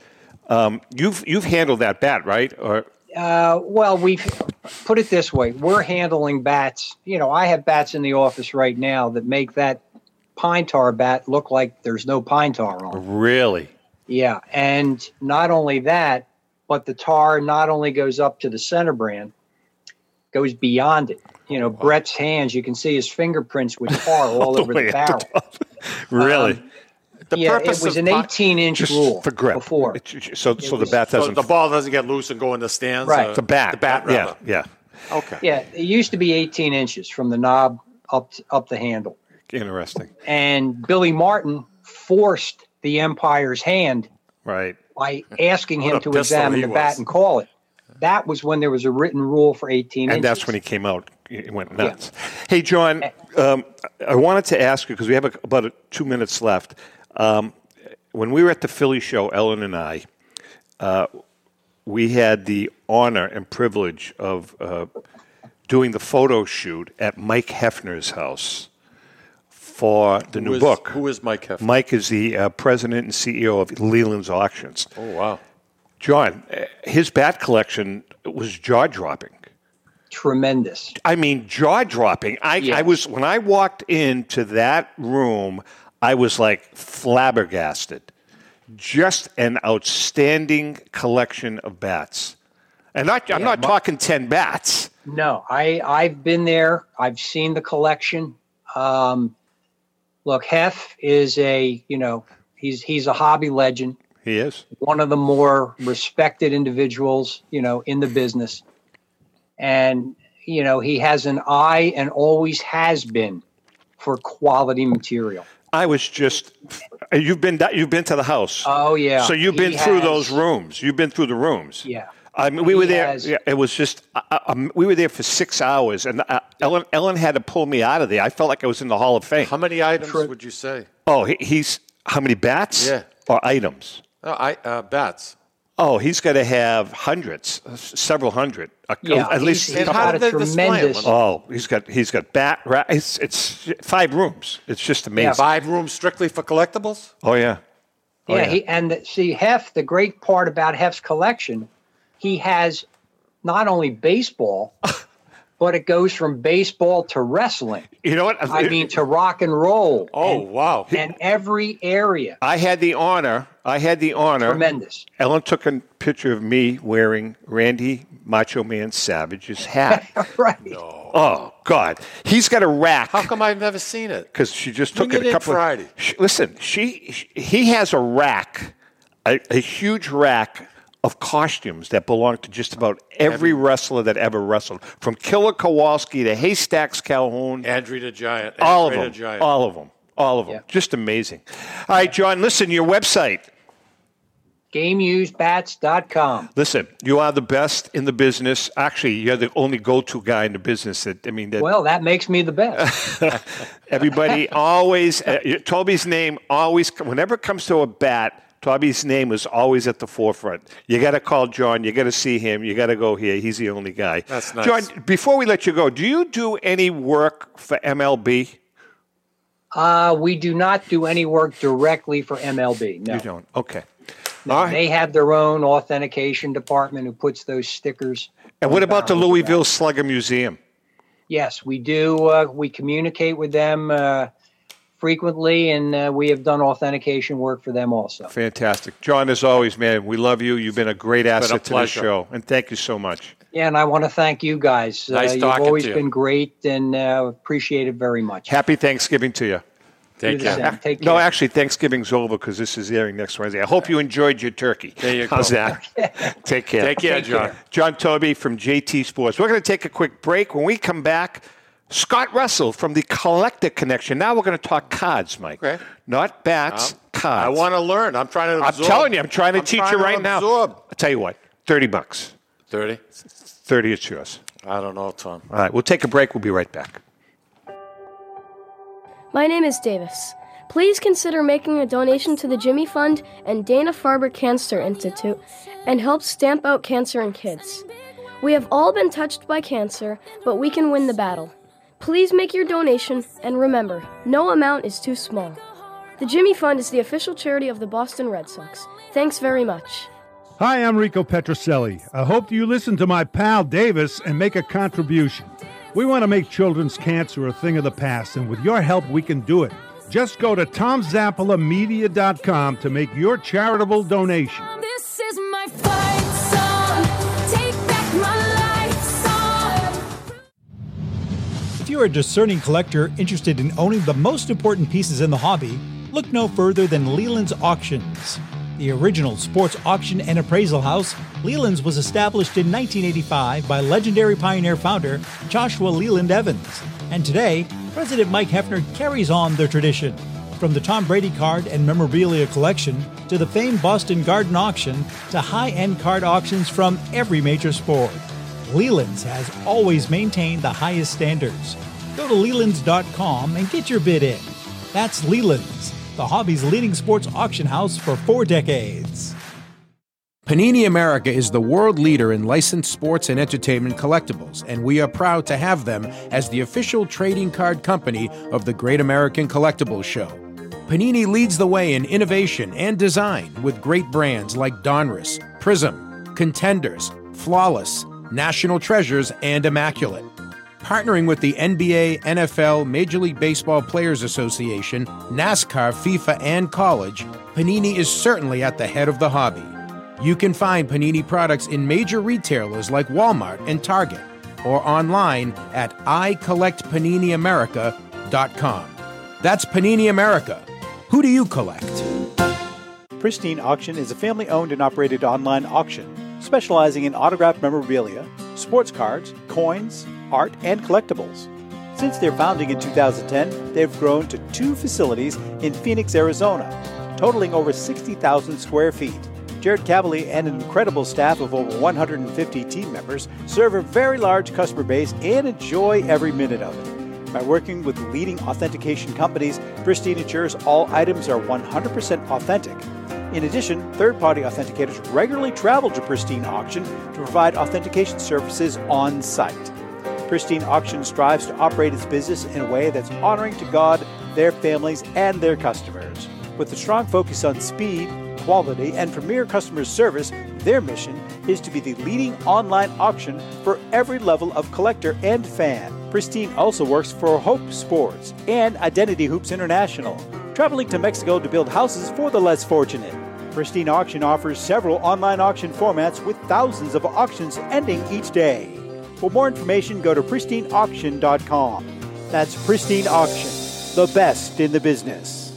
[SPEAKER 3] Um, you've you've handled that bat, right? Or
[SPEAKER 7] Uh, well, we've put it this way: we're handling bats. You know, I have bats in the office right now that make that pine tar bat look like there's no pine tar on. it.
[SPEAKER 3] really?
[SPEAKER 7] Yeah, and not only that, but the tar not only goes up to the center brand, goes beyond it. You know, Brett's hands—you can see his fingerprints with tar all over
[SPEAKER 3] way
[SPEAKER 7] the
[SPEAKER 3] up
[SPEAKER 7] barrel.
[SPEAKER 3] Really?
[SPEAKER 4] the
[SPEAKER 7] Um, yeah, it
[SPEAKER 4] purpose
[SPEAKER 7] was
[SPEAKER 4] of
[SPEAKER 7] an
[SPEAKER 4] pi-
[SPEAKER 7] 18-inch
[SPEAKER 3] just
[SPEAKER 7] rule
[SPEAKER 3] for grip.
[SPEAKER 7] before.
[SPEAKER 3] It- it- so so the
[SPEAKER 7] was-
[SPEAKER 3] bat
[SPEAKER 4] So
[SPEAKER 3] doesn't.
[SPEAKER 4] the ball doesn't get loose and go in the stands.
[SPEAKER 7] Right.
[SPEAKER 4] uh,
[SPEAKER 3] the bat.
[SPEAKER 4] The bat,
[SPEAKER 3] Yeah.
[SPEAKER 4] rather.
[SPEAKER 3] Yeah.
[SPEAKER 4] Okay.
[SPEAKER 7] Yeah, it used to be 18 inches from the knob up up the handle.
[SPEAKER 3] Interesting.
[SPEAKER 7] and Billy Martin forced the umpire's hand
[SPEAKER 3] Right.
[SPEAKER 7] by asking him
[SPEAKER 4] What a
[SPEAKER 7] to
[SPEAKER 4] pistol
[SPEAKER 7] examine
[SPEAKER 4] he
[SPEAKER 7] the
[SPEAKER 4] was.
[SPEAKER 7] bat and call it. That was when there was a written rule for 18
[SPEAKER 3] and
[SPEAKER 7] inches.
[SPEAKER 3] that's when he came out. It went nuts. Hey, John, um, I wanted to ask you because we have a, about a, two minutes left. Um, when we were at the Philly show, Ellen and I, uh, we had the honor and privilege of uh, doing the photo shoot at Mike Hefner's house for the new
[SPEAKER 4] Who is,
[SPEAKER 3] book.
[SPEAKER 4] Who is Mike Heffner?
[SPEAKER 3] Mike is the uh, president and CEO of Leland's Auctions.
[SPEAKER 4] Oh, wow.
[SPEAKER 3] John, uh, his bat collection was jaw dropping.
[SPEAKER 7] Tremendous.
[SPEAKER 3] I mean, jaw dropping. I, I was when I walked into that room, I was like flabbergasted. Just an outstanding collection of bats, and not, I'm not talking ten bats.
[SPEAKER 7] No, I, I've been there. I've seen the collection. Um, look, Hef is a, you know, he's, he's a hobby legend.
[SPEAKER 3] He is.
[SPEAKER 7] one of the more respected individuals, you know, in the business. And, you know, he has an eye and always has been for quality material.
[SPEAKER 3] I was just. You've been you've been to the house,
[SPEAKER 7] Oh, yeah.
[SPEAKER 3] so you've
[SPEAKER 7] He
[SPEAKER 3] been through
[SPEAKER 7] has-
[SPEAKER 3] those rooms. You've been through the rooms.
[SPEAKER 7] Yeah.
[SPEAKER 3] I mean, we
[SPEAKER 7] He
[SPEAKER 3] were there.
[SPEAKER 7] has-
[SPEAKER 3] yeah, it was just uh, um, we were there for six hours, and uh, Ellen Ellen had to pull me out of there. I felt like I was in the Hall of Fame.
[SPEAKER 4] How many items would you say?
[SPEAKER 3] Oh, he, he's how many bats?
[SPEAKER 4] Yeah.
[SPEAKER 3] Or items?
[SPEAKER 4] No, I, uh, bats.
[SPEAKER 3] Oh, he's going to have hundreds, several hundred, a-
[SPEAKER 7] Yeah,
[SPEAKER 3] at least.
[SPEAKER 7] he's- he's got a
[SPEAKER 3] couple-
[SPEAKER 7] tremendous-
[SPEAKER 3] Oh, he's got he's got bat. Ra- it's it's five rooms. It's just amazing.
[SPEAKER 4] Five rooms strictly for collectibles?
[SPEAKER 3] Oh yeah. Oh,
[SPEAKER 7] yeah, He, and the, see, Hef, the great part about Hef's collection, he has not only baseball, but it goes from baseball to wrestling.
[SPEAKER 3] You know what?
[SPEAKER 7] I mean, to rock and roll.
[SPEAKER 4] Oh,
[SPEAKER 7] and,
[SPEAKER 4] wow.
[SPEAKER 7] And every area.
[SPEAKER 3] I had the honor. I had the honor.
[SPEAKER 7] Tremendous.
[SPEAKER 3] Ellen took a picture of me wearing Randy Macho Man Savage's hat.
[SPEAKER 7] right.
[SPEAKER 3] Oh God, he's got a rack.
[SPEAKER 4] How come I've never seen it?
[SPEAKER 3] because she just
[SPEAKER 4] Bring
[SPEAKER 3] took it
[SPEAKER 4] it
[SPEAKER 3] a
[SPEAKER 4] in
[SPEAKER 3] couple
[SPEAKER 4] Friday.
[SPEAKER 3] of sh listen she, sh he has a rack a, a huge rack of costumes that belong to just about every wrestler that ever wrestled from killer kowalski to haystacks calhoun
[SPEAKER 4] Andre the Giant.
[SPEAKER 3] all
[SPEAKER 4] Andre
[SPEAKER 3] of,
[SPEAKER 4] the
[SPEAKER 3] them,
[SPEAKER 4] Giant.
[SPEAKER 3] all of them all of them just amazing all right john listen your website
[SPEAKER 7] GameUseBats.com.
[SPEAKER 3] listen you are the best in the business actually you're the only go-to guy in the business that i mean that
[SPEAKER 7] Well, that makes me the best.
[SPEAKER 3] Everybody always, uh, Toby's name always, whenever it comes to a bat, Toby's name is always at the forefront. You got to call John. You got to see him. You got to go here. He's the only guy.
[SPEAKER 4] That's nice.
[SPEAKER 3] John, before we let you go, do you do any work for MLB?
[SPEAKER 7] uh, we do not do any work directly for MLB. No.
[SPEAKER 3] You don't. Okay.
[SPEAKER 7] They have their own authentication department who puts those stickers.
[SPEAKER 3] And what about the Louisville Slugger Museum?
[SPEAKER 7] Yes, we do. Uh, we communicate with them uh, frequently, and uh, we have done authentication work for them also.
[SPEAKER 3] Fantastic. John, as always, man, we love you. You've been a great
[SPEAKER 4] a
[SPEAKER 3] asset to the
[SPEAKER 4] pleasure.
[SPEAKER 3] show. And thank you so much.
[SPEAKER 7] Yeah, and I want to thank you guys. Uh,
[SPEAKER 4] Nice
[SPEAKER 7] you've
[SPEAKER 4] talking to
[SPEAKER 7] always
[SPEAKER 4] you.
[SPEAKER 7] been great, and uh, appreciate it very much.
[SPEAKER 3] Happy Thanksgiving to you.
[SPEAKER 4] Thank
[SPEAKER 7] Do the
[SPEAKER 4] you.
[SPEAKER 7] same. Take
[SPEAKER 3] No,
[SPEAKER 7] care.
[SPEAKER 3] actually, Thanksgiving's over because this is airing next Wednesday. I hope you enjoyed your turkey.
[SPEAKER 4] There you
[SPEAKER 3] How's
[SPEAKER 4] go.
[SPEAKER 3] that? Take care.
[SPEAKER 4] Take care, John.
[SPEAKER 3] John Toby from JT Sports. We're going to take a quick break. When we come back, Scott Russell from the Collector Connection. Now we're going to talk cards, Mike.
[SPEAKER 4] Okay. Um,
[SPEAKER 3] Not bats, cards.
[SPEAKER 4] I want to learn. I'm trying to
[SPEAKER 3] I'm
[SPEAKER 4] absorb.
[SPEAKER 3] telling you, I'm trying to teach
[SPEAKER 4] trying
[SPEAKER 3] you
[SPEAKER 4] to
[SPEAKER 3] right now.
[SPEAKER 4] absorb.
[SPEAKER 3] I'll tell you what, 30 bucks.
[SPEAKER 4] 30?
[SPEAKER 3] 30 is yours.
[SPEAKER 4] I don't know, Tom.
[SPEAKER 3] All right, we'll take a break. We'll be right back.
[SPEAKER 12] My name is Davis. Please consider making a donation to the Jimmy Fund and Dana Farber Cancer Institute and help stamp out cancer in kids. We have all been touched by cancer, but we can win the battle. Please make your donation and remember, no amount is too small. The Jimmy Fund is the official charity of the Boston Red Sox. Thanks very much.
[SPEAKER 8] Hi, I'm Rico Petroselli. I hope you listen to my pal Davis and make a contribution. We want to make children's cancer a thing of the past, and with your help, we can do it. Just go to tomzappalamedia.com to make your charitable donation.
[SPEAKER 13] This is my fight song. Take back my life song.
[SPEAKER 14] If you're a discerning collector interested in owning the most important pieces in the hobby, look no further than Leland's Auctions. The original sports auction and appraisal house, Leland's was established in 1985 by legendary pioneer founder Joshua Leland Evans. And today, President Mike Hefner carries on their tradition. From the Tom Brady card and memorabilia collection to the famed Boston Garden auction to high end card auctions from every major sport. Leland's has always maintained the highest standards. Go to Leland's.com and get your bid in. That's Leland's, the hobby's leading sports auction house for four decades.
[SPEAKER 9] Panini America is the world leader in licensed sports and entertainment collectibles, and we are proud to have them as the official trading card company of the Great American Collectibles Show. Panini leads the way in innovation and design with great brands like Donruss, Prism, Contenders, Flawless, National Treasures, and Immaculate partnering with the NBA, NFL, Major League Baseball Players Association, NASCAR, FIFA, and college, Panini is certainly at the head of the hobby. You can find Panini products in major retailers like Walmart and Target, or online at iCollectPaniniAmerica.com. That's Panini America. Who do you collect?
[SPEAKER 14] Pristine Auction is a family owned and operated online auction specializing in autographed memorabilia, sports cards, coins, art, and collectibles. Since their founding in 2010, they've grown to two facilities in Phoenix, Arizona, totaling over 60,000 square feet. Jared Cavali and an incredible staff of over 150 team members serve a very large customer base and enjoy every minute of it. By working with leading authentication companies, Pristine ensures all items are 100% authentic. In addition, third party authenticators regularly travel to Pristine Auction to provide authentication services on site. Pristine Auction strives to operate its business in a way that's honoring to God, their families, and their customers. With a strong focus on speed, quality, and premier customer service, their mission is to be the leading online auction for every level of collector and fan. Pristine also works for Hope Sports and Identity Hoops International, traveling to Mexico to build houses for the less fortunate. Pristine Auction offers several online auction formats with thousands of auctions ending each day. For more information, go to pristineauction.com. That's Pristine Auction, the best in the business.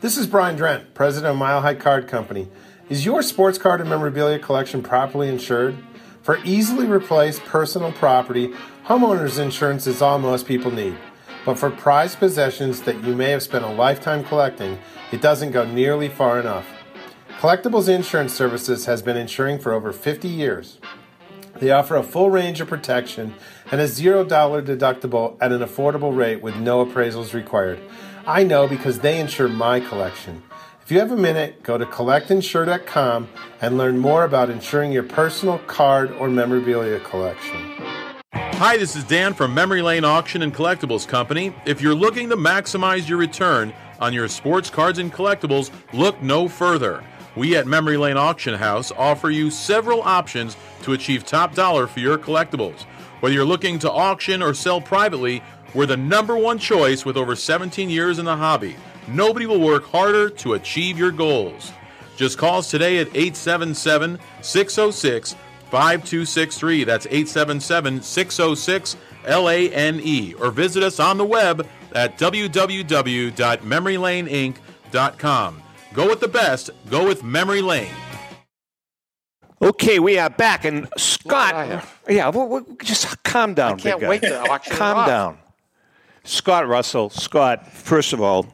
[SPEAKER 15] This is Brian Drent, president of Mile High Card Company. Is your sports card and memorabilia collection properly insured? For easily replaced personal property, homeowners insurance is all most people need. But for prized possessions that you may have spent a lifetime collecting, it doesn't go nearly far enough. Collectibles Insurance Services has been insuring for over 50 years. They offer a full range of protection and a $0 deductible at an affordable rate with no appraisals required. I know because they insure my collection. If you have a minute, go to collectinsure.com and learn more about insuring your personal card or memorabilia collection.
[SPEAKER 11] Hi, this is Dan from Memory Lane Auction and Collectibles Company. If you're looking to maximize your return on your sports cards and collectibles, look no further. We at Memory Lane Auction House offer you several options to achieve top dollar for your collectibles. Whether you're looking to auction or sell privately, we're the number one choice with over 17 years in the hobby. Nobody will work harder to achieve your goals. Just call us today at 877 606 5263. That's 877 606 LANE. E. Or visit us on the web at www.memorylaneinc.com. Go with the best, go with Memory Lane.
[SPEAKER 3] Okay, we are back, and Scott. yeah, well, well, just calm down.
[SPEAKER 4] can't
[SPEAKER 3] big guy.
[SPEAKER 4] wait to auction it
[SPEAKER 3] calm
[SPEAKER 4] off.
[SPEAKER 3] down, Scott Russell. Scott, first of all,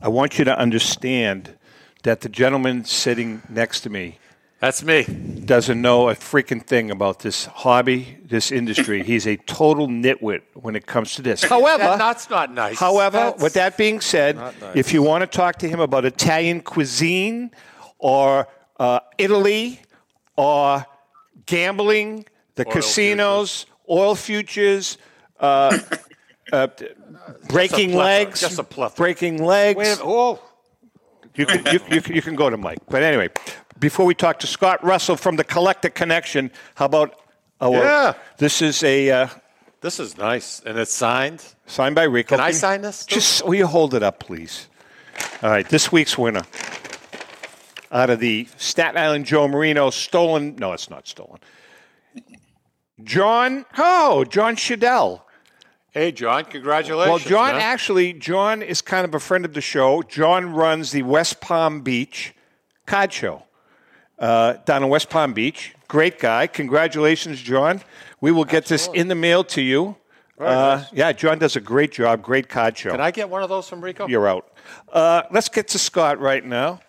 [SPEAKER 3] I want you to understand that the gentleman sitting next to me.
[SPEAKER 4] That's me.
[SPEAKER 3] Doesn't know a freaking thing about this hobby, this industry. He's a total nitwit when it comes to this. However,
[SPEAKER 4] That- that's not nice.
[SPEAKER 3] However,
[SPEAKER 4] That's-
[SPEAKER 3] with that being said,
[SPEAKER 4] Not nice.
[SPEAKER 3] if you want to talk to him about Italian cuisine or uh, Italy or gambling, the casinos, oil futures, uh, uh, breaking
[SPEAKER 4] plethora,
[SPEAKER 3] legs,
[SPEAKER 4] just a plethora.
[SPEAKER 3] breaking legs.
[SPEAKER 4] Wait a- oh.
[SPEAKER 3] You can, you, you, can, you can go to Mike. But anyway, before we talk to Scott Russell from the Collector Connection, how about our.
[SPEAKER 4] Yeah.
[SPEAKER 3] This is a. Uh,
[SPEAKER 4] This is nice, and it's signed.
[SPEAKER 3] Signed by Rico.
[SPEAKER 4] Can I sign this?
[SPEAKER 3] Just will you hold it up, please? All right, this week's winner out of the Staten Island Joe Marino stolen. No, it's not stolen. John. Oh, John Shadell.
[SPEAKER 4] Hey, John, congratulations.
[SPEAKER 3] Well, John
[SPEAKER 4] man.
[SPEAKER 3] actually, John is kind of a friend of the show. John runs the West Palm Beach card show uh, down in West Palm Beach. Great guy. Congratulations, John. We will get this in the mail to you. Uh, Yeah, John does a great job. Great card show.
[SPEAKER 4] Can I get one of those from Rico?
[SPEAKER 3] You're out. Uh, let's get to Scott right now.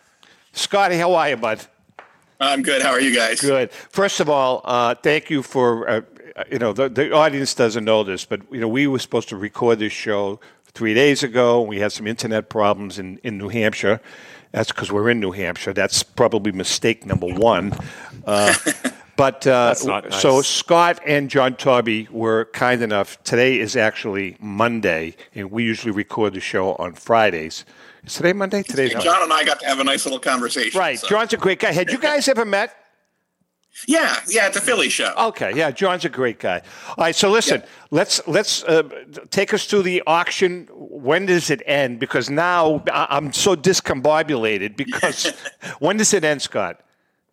[SPEAKER 3] Scotty, how are you, bud?
[SPEAKER 16] I'm good. How are you guys?
[SPEAKER 3] Good. First of all, uh, thank you for uh, you know the, the audience doesn't know this, but you know we were supposed to record this show three days ago. We had some internet problems in in New Hampshire. That's because we're in New Hampshire. That's probably mistake number one. Uh, But uh,
[SPEAKER 4] That's not nice.
[SPEAKER 3] so Scott and John Tobby were kind enough. Today is actually Monday, and we usually record the show on Fridays. Is today Monday? Today's
[SPEAKER 16] And John and I got to have a nice little conversation.
[SPEAKER 3] Right.
[SPEAKER 16] so-
[SPEAKER 3] John's a great guy. Had you guys ever met?
[SPEAKER 16] Yeah, yeah, at the Philly show.
[SPEAKER 3] Okay, yeah, John's a great guy. All right, so listen, let's let's uh, take us through the auction. When does it end? Because now I- I'm so discombobulated. Because when does it end, Scott?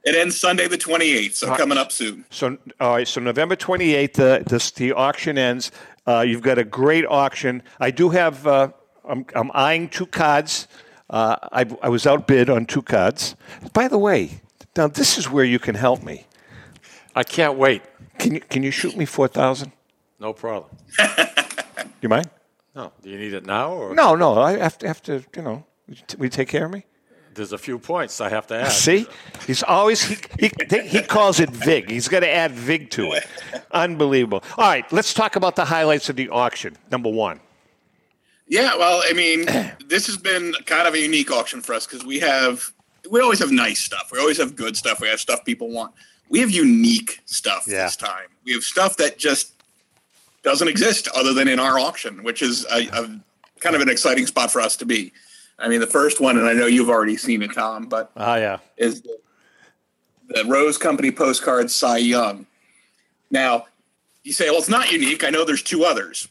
[SPEAKER 16] It ends Sunday the 28th, so
[SPEAKER 3] Right.
[SPEAKER 16] coming up soon.
[SPEAKER 3] So all right, so November 28th, the this, the auction ends. Uh, you've got a great auction. I do have. Uh, I'm, I'm eyeing two cards. Uh, I, I was outbid on two cards. By the way, now this is where you can help me.
[SPEAKER 4] I can't wait.
[SPEAKER 3] Can you can you shoot me four thousand?
[SPEAKER 4] No problem.
[SPEAKER 3] You mind?
[SPEAKER 4] No. Do you need it now? or
[SPEAKER 3] No, no. I have to, have to you know, t- will you take care of me?
[SPEAKER 4] There's a few points I have to add.
[SPEAKER 3] See? He's always, he, he, they- he calls it VIG. He's got to add VIG to it. Unbelievable. All right, let's talk about the highlights of the auction. Number one.
[SPEAKER 16] Yeah, well, I mean, this has been kind of a unique auction for us because we have we always have nice stuff. We always have good stuff. We have stuff people want. We have unique stuff this time. We have stuff that just doesn't exist other than in our auction, which is a, a kind of an exciting spot for us to be. I mean, the first one, and I know you've already seen it, Tom, but
[SPEAKER 3] Oh, yeah.
[SPEAKER 16] is the, the Rose Company postcard Cy Young. Now, you say, well, it's not unique. I know there's two others,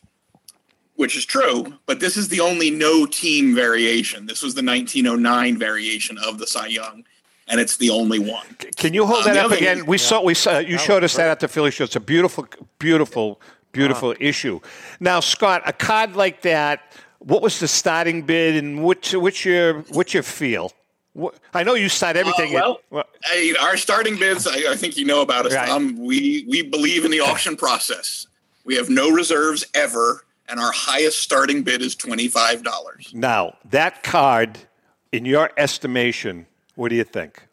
[SPEAKER 16] which is true, but this is the only no team variation. This was the 1909 variation of the Cy Young, and it's the only one.
[SPEAKER 3] Can you hold
[SPEAKER 16] Uh,
[SPEAKER 3] that
[SPEAKER 16] the
[SPEAKER 3] up
[SPEAKER 16] other-
[SPEAKER 3] again? We saw we saw you showed us that at the Philly show. It's a beautiful, beautiful, beautiful issue. Now, Scott, a card like that. What was the starting bid, and what's what's your what's your feel? What, I know you start everything. at-
[SPEAKER 16] Uh, well, Hey, our starting bids, I, I think you know about us, Tom. We, we believe in the auction process. We have no reserves ever, and our highest starting bid is $25.
[SPEAKER 3] now that card, in your estimation, what do you think?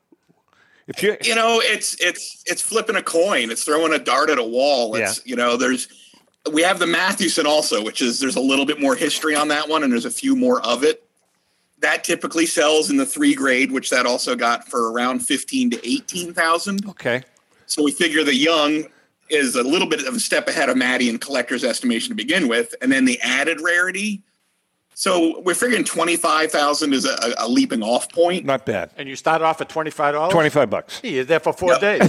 [SPEAKER 3] If you
[SPEAKER 16] you know it's it's it's flipping a coin it's throwing a dart at a wall it's you know there's we have the mathewson also which is there's a little bit more history on that one and there's a few more of it that typically sells in the three grade which that also got for around 15 to 18000
[SPEAKER 3] okay,
[SPEAKER 16] so we figure the young is a little bit of a step ahead of maddie in collector's estimation to begin with and then the added rarity so we're figuring 25000 is a, a leaping off point
[SPEAKER 3] not bad
[SPEAKER 4] And you start off at twenty-five dollars.
[SPEAKER 3] Twenty-five bucks.
[SPEAKER 4] You're there for four days.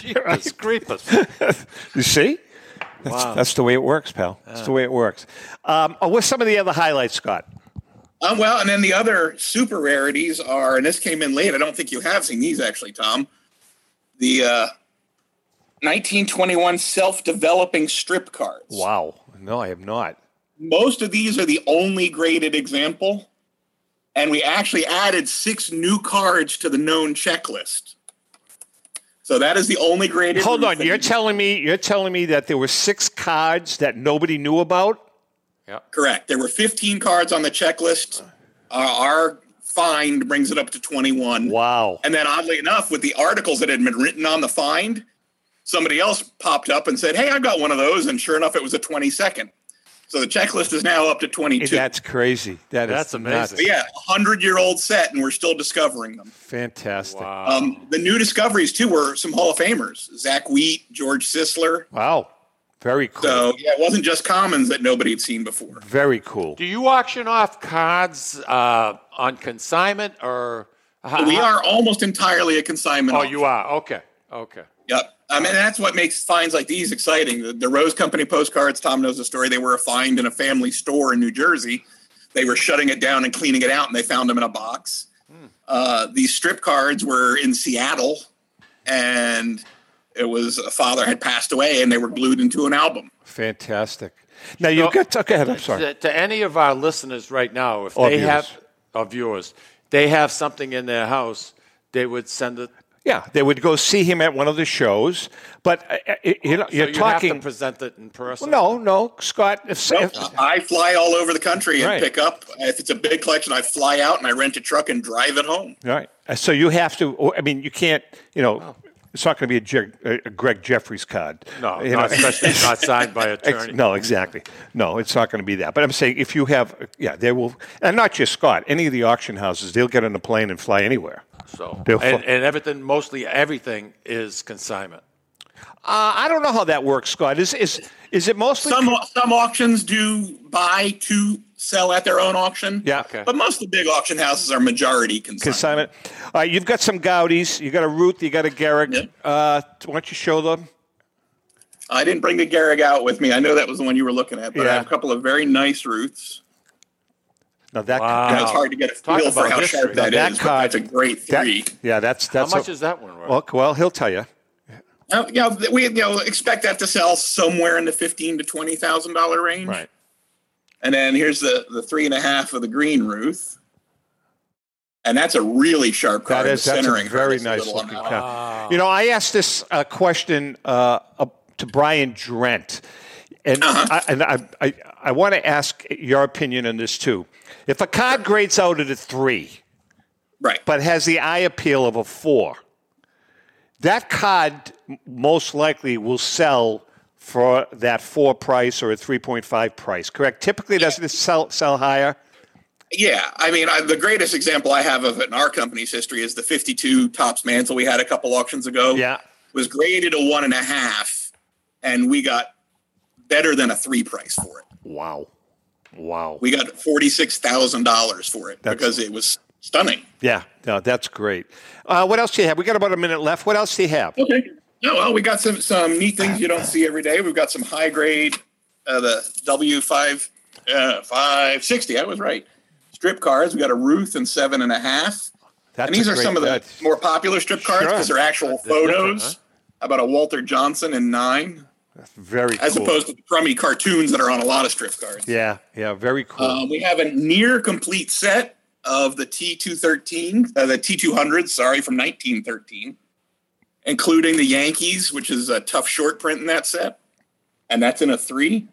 [SPEAKER 4] Jesus creepers.
[SPEAKER 3] You see, that's,
[SPEAKER 4] Wow.
[SPEAKER 3] that's the way it works, pal. That's the way it works. Um, oh, what's some of the other highlights, Scott?
[SPEAKER 16] Um, well, and then the other super rarities are, and this came in late. I don't think you have seen these actually, Tom. The uh, 1921 self-developing strip cards.
[SPEAKER 3] Wow, no, I have not.
[SPEAKER 16] Most of these are the only graded example, and we actually added six new cards to the known checklist. So that is the only graded.
[SPEAKER 3] Hold on,
[SPEAKER 16] that
[SPEAKER 3] you're
[SPEAKER 16] we-
[SPEAKER 3] telling me you're telling me that there were six cards that nobody knew about?
[SPEAKER 16] Correct. There were 15 cards on the checklist. Uh, our find brings it up to 21.
[SPEAKER 3] Wow.
[SPEAKER 16] And then, oddly enough, with the articles that had been written on the find, somebody else popped up and said, Hey, I got one of those. And sure enough, it was a 22nd. So the checklist is now up to 22.
[SPEAKER 3] That's crazy. That is
[SPEAKER 16] That's
[SPEAKER 3] nuts.
[SPEAKER 16] But yeah, 100 year old set, and we're still discovering them.
[SPEAKER 3] Fantastic. Wow.
[SPEAKER 16] Um, the new discoveries, too, were some Hall of Famers Zach Wheat, George Sisler.
[SPEAKER 3] Very cool.
[SPEAKER 16] So, yeah, it wasn't just commons that nobody had seen before.
[SPEAKER 3] Very cool.
[SPEAKER 4] Do you auction off cards uh, on consignment or?
[SPEAKER 16] we are almost entirely a consignment.
[SPEAKER 4] Oh,
[SPEAKER 16] auction.
[SPEAKER 4] you are. Okay. Okay.
[SPEAKER 16] Yep. I mean, Um, that's what makes finds like these exciting. The, the Rose Company postcards, Tom knows the story. They were a find in a family store in New Jersey. They were shutting it down and cleaning it out, and they found them in a box. Uh, these strip cards were in Seattle, and it was a father had passed away, and they were glued into an album.
[SPEAKER 3] Fantastic. Now you've got okay, I'm sorry.
[SPEAKER 4] To, to any of our listeners right now, if
[SPEAKER 3] Or
[SPEAKER 4] they
[SPEAKER 3] viewers.
[SPEAKER 4] have or viewers, they have something in their house, they would send it.
[SPEAKER 3] Yeah, they would go see him at one of the shows, but uh, uh, you know,
[SPEAKER 4] so
[SPEAKER 3] you're
[SPEAKER 4] you'd
[SPEAKER 3] talking.
[SPEAKER 4] have to present it in person.
[SPEAKER 3] no, no, Scott. If,
[SPEAKER 16] Nope.
[SPEAKER 3] if-
[SPEAKER 16] I fly all over the country and
[SPEAKER 3] Right.
[SPEAKER 16] pick up. If it's a big collection, I fly out and I rent a truck and drive it home.
[SPEAKER 3] All right. Uh, So you have to. or- I mean, you can't. You know, it's not going to be a, Jer- a Greg Jeffries card.
[SPEAKER 4] No,
[SPEAKER 3] You
[SPEAKER 4] not
[SPEAKER 3] know,
[SPEAKER 4] especially if not signed by
[SPEAKER 3] ex-
[SPEAKER 4] attorney.
[SPEAKER 3] No, exactly. No, it's not going to be that. But I'm saying if you have, yeah, they will, and not just Scott. Any of the auction houses, they'll get on a plane and fly anywhere.
[SPEAKER 4] So
[SPEAKER 3] They'll fly-
[SPEAKER 4] and, and everything, mostly everything, is consignment.
[SPEAKER 3] uh, I don't know how that works, Scott. Is is is it mostly
[SPEAKER 16] some some auctions do buy to sell at their own auction.
[SPEAKER 3] Yeah. Okay.
[SPEAKER 16] But most of the big auction houses are majority consignment.
[SPEAKER 3] consignment? All right, you've got some Gaudis. You got a Ruth. You got a Garrick. Uh, why don't you show them?
[SPEAKER 16] I didn't bring the Garrig out with me. I know that was the one you were looking at, but I
[SPEAKER 3] Yeah.
[SPEAKER 16] have a couple of very nice Ruths.
[SPEAKER 3] Now that
[SPEAKER 16] You know, it's hard to get a
[SPEAKER 4] Talk
[SPEAKER 16] feel for
[SPEAKER 4] about
[SPEAKER 16] how
[SPEAKER 4] history.
[SPEAKER 16] sharp
[SPEAKER 3] Now
[SPEAKER 16] that
[SPEAKER 3] that
[SPEAKER 16] is, but
[SPEAKER 3] card-
[SPEAKER 16] that's a great
[SPEAKER 3] that-
[SPEAKER 16] three.
[SPEAKER 3] yeah, that's that's
[SPEAKER 4] much is that one worth?
[SPEAKER 3] Well, well, he'll tell you.
[SPEAKER 16] Uh, you know, we you know, expect that to sell somewhere in the fifteen to twenty thousand dollar range.
[SPEAKER 3] Right.
[SPEAKER 16] And then here's the the three and a half of the green Ruth. And that's a really sharp card.
[SPEAKER 3] That is
[SPEAKER 16] The
[SPEAKER 3] that's a
[SPEAKER 16] centering Ah. her
[SPEAKER 3] very
[SPEAKER 16] is a
[SPEAKER 3] nice
[SPEAKER 16] little
[SPEAKER 3] looking
[SPEAKER 16] on that.
[SPEAKER 3] car. You know, I asked this uh, question uh, up to Brian Drent, and
[SPEAKER 16] Uh-huh.
[SPEAKER 3] I, and I I, I want to ask your opinion on this too. If a card grades out at a three,
[SPEAKER 16] right,
[SPEAKER 3] but has the eye appeal of a four, that card m- most likely will sell for that four price or a three point five price. Correct. Typically, doesn't it sell sell higher?
[SPEAKER 16] Yeah, I mean, I, the greatest example I have of it in our company's history is the 52 tops mantle we had a couple auctions ago.
[SPEAKER 3] Yeah,
[SPEAKER 16] was graded a one and a half, and we got better than a three price for it.
[SPEAKER 3] Wow, wow.
[SPEAKER 16] We got forty six thousand dollars for it
[SPEAKER 3] That's-
[SPEAKER 16] because it was stunning.
[SPEAKER 3] Yeah, no, that's great. Uh, what else do you have? We got about a minute left. What else do you have?
[SPEAKER 16] Okay. No, well, we got some some neat things you don't see every day. We've got some high grade, uh, the W five uh, five sixty. I was right. Strip cars. We got a Ruth and seven and a half.
[SPEAKER 3] That's
[SPEAKER 16] and these
[SPEAKER 3] a
[SPEAKER 16] are
[SPEAKER 3] great-
[SPEAKER 16] some of the
[SPEAKER 3] that's-
[SPEAKER 16] more popular strip cars because
[SPEAKER 3] Sure.
[SPEAKER 16] they're actual
[SPEAKER 3] That's different,
[SPEAKER 16] photos.
[SPEAKER 3] huh?
[SPEAKER 16] How About a Walter Johnson in nine,
[SPEAKER 3] Very
[SPEAKER 16] as
[SPEAKER 3] cool.
[SPEAKER 16] opposed to the crummy cartoons that are on a lot of strip cars.
[SPEAKER 3] Yeah, yeah, very cool.
[SPEAKER 16] Uh, we have a near complete set of the T213, uh, the T200, sorry, from 1913, including the Yankees, which is a tough short print in that set. And that's in a three.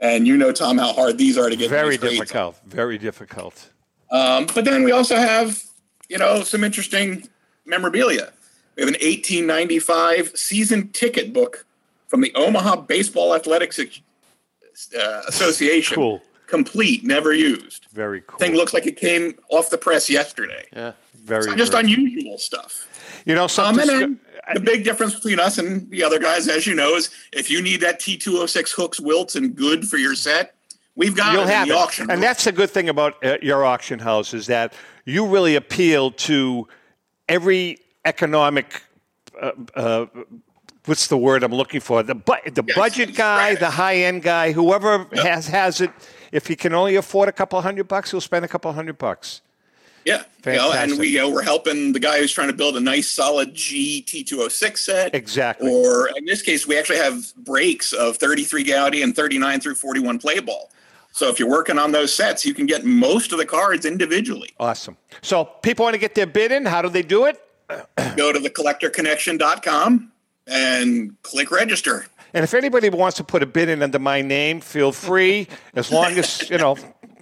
[SPEAKER 16] And you know, Tom, how hard these are to get.
[SPEAKER 3] very
[SPEAKER 16] these grades.
[SPEAKER 3] difficult. Very difficult.
[SPEAKER 16] Um, but then we also have, you know, some interesting memorabilia. We have an 1895 season ticket book from the Omaha Baseball Athletics uh, Association.
[SPEAKER 3] Cool.
[SPEAKER 16] Complete, never used.
[SPEAKER 3] Very cool.
[SPEAKER 16] Thing looks like it came off the press yesterday.
[SPEAKER 3] Yeah. Very.
[SPEAKER 16] so just
[SPEAKER 3] very-
[SPEAKER 16] unusual stuff.
[SPEAKER 3] You know,
[SPEAKER 16] Um,
[SPEAKER 3] something.
[SPEAKER 16] and then the big difference between us and the other guys, as you know, is if you need that T206 hooks, wilts, and good for your set, we've got
[SPEAKER 3] You'll
[SPEAKER 16] it
[SPEAKER 3] have
[SPEAKER 16] in the
[SPEAKER 3] it.
[SPEAKER 16] auction.
[SPEAKER 3] And
[SPEAKER 16] room.
[SPEAKER 3] that's the good thing about uh, your auction house is that you really appeal to every economic. Uh, uh, what's the word I'm looking for? The bu- the budget guy, the high end guy, whoever has has it. If he can only afford a couple hundred bucks, he'll spend a couple hundred bucks.
[SPEAKER 16] Yeah, you know, and
[SPEAKER 3] Fantastic.
[SPEAKER 16] we you know, we're helping the guy who's trying to build a nice solid GT206 set.
[SPEAKER 3] Exactly.
[SPEAKER 16] Or in this case, we actually have breaks of 33 Gaudy and 39 through 41 play ball. So if you're working on those sets, you can get most of the cards individually.
[SPEAKER 3] Awesome. So people want to get their bid in. How do they do it?
[SPEAKER 16] Go to thecollectorconnection.com and click register.
[SPEAKER 3] And if anybody wants to put a bid in under my name, feel free. As long as you know,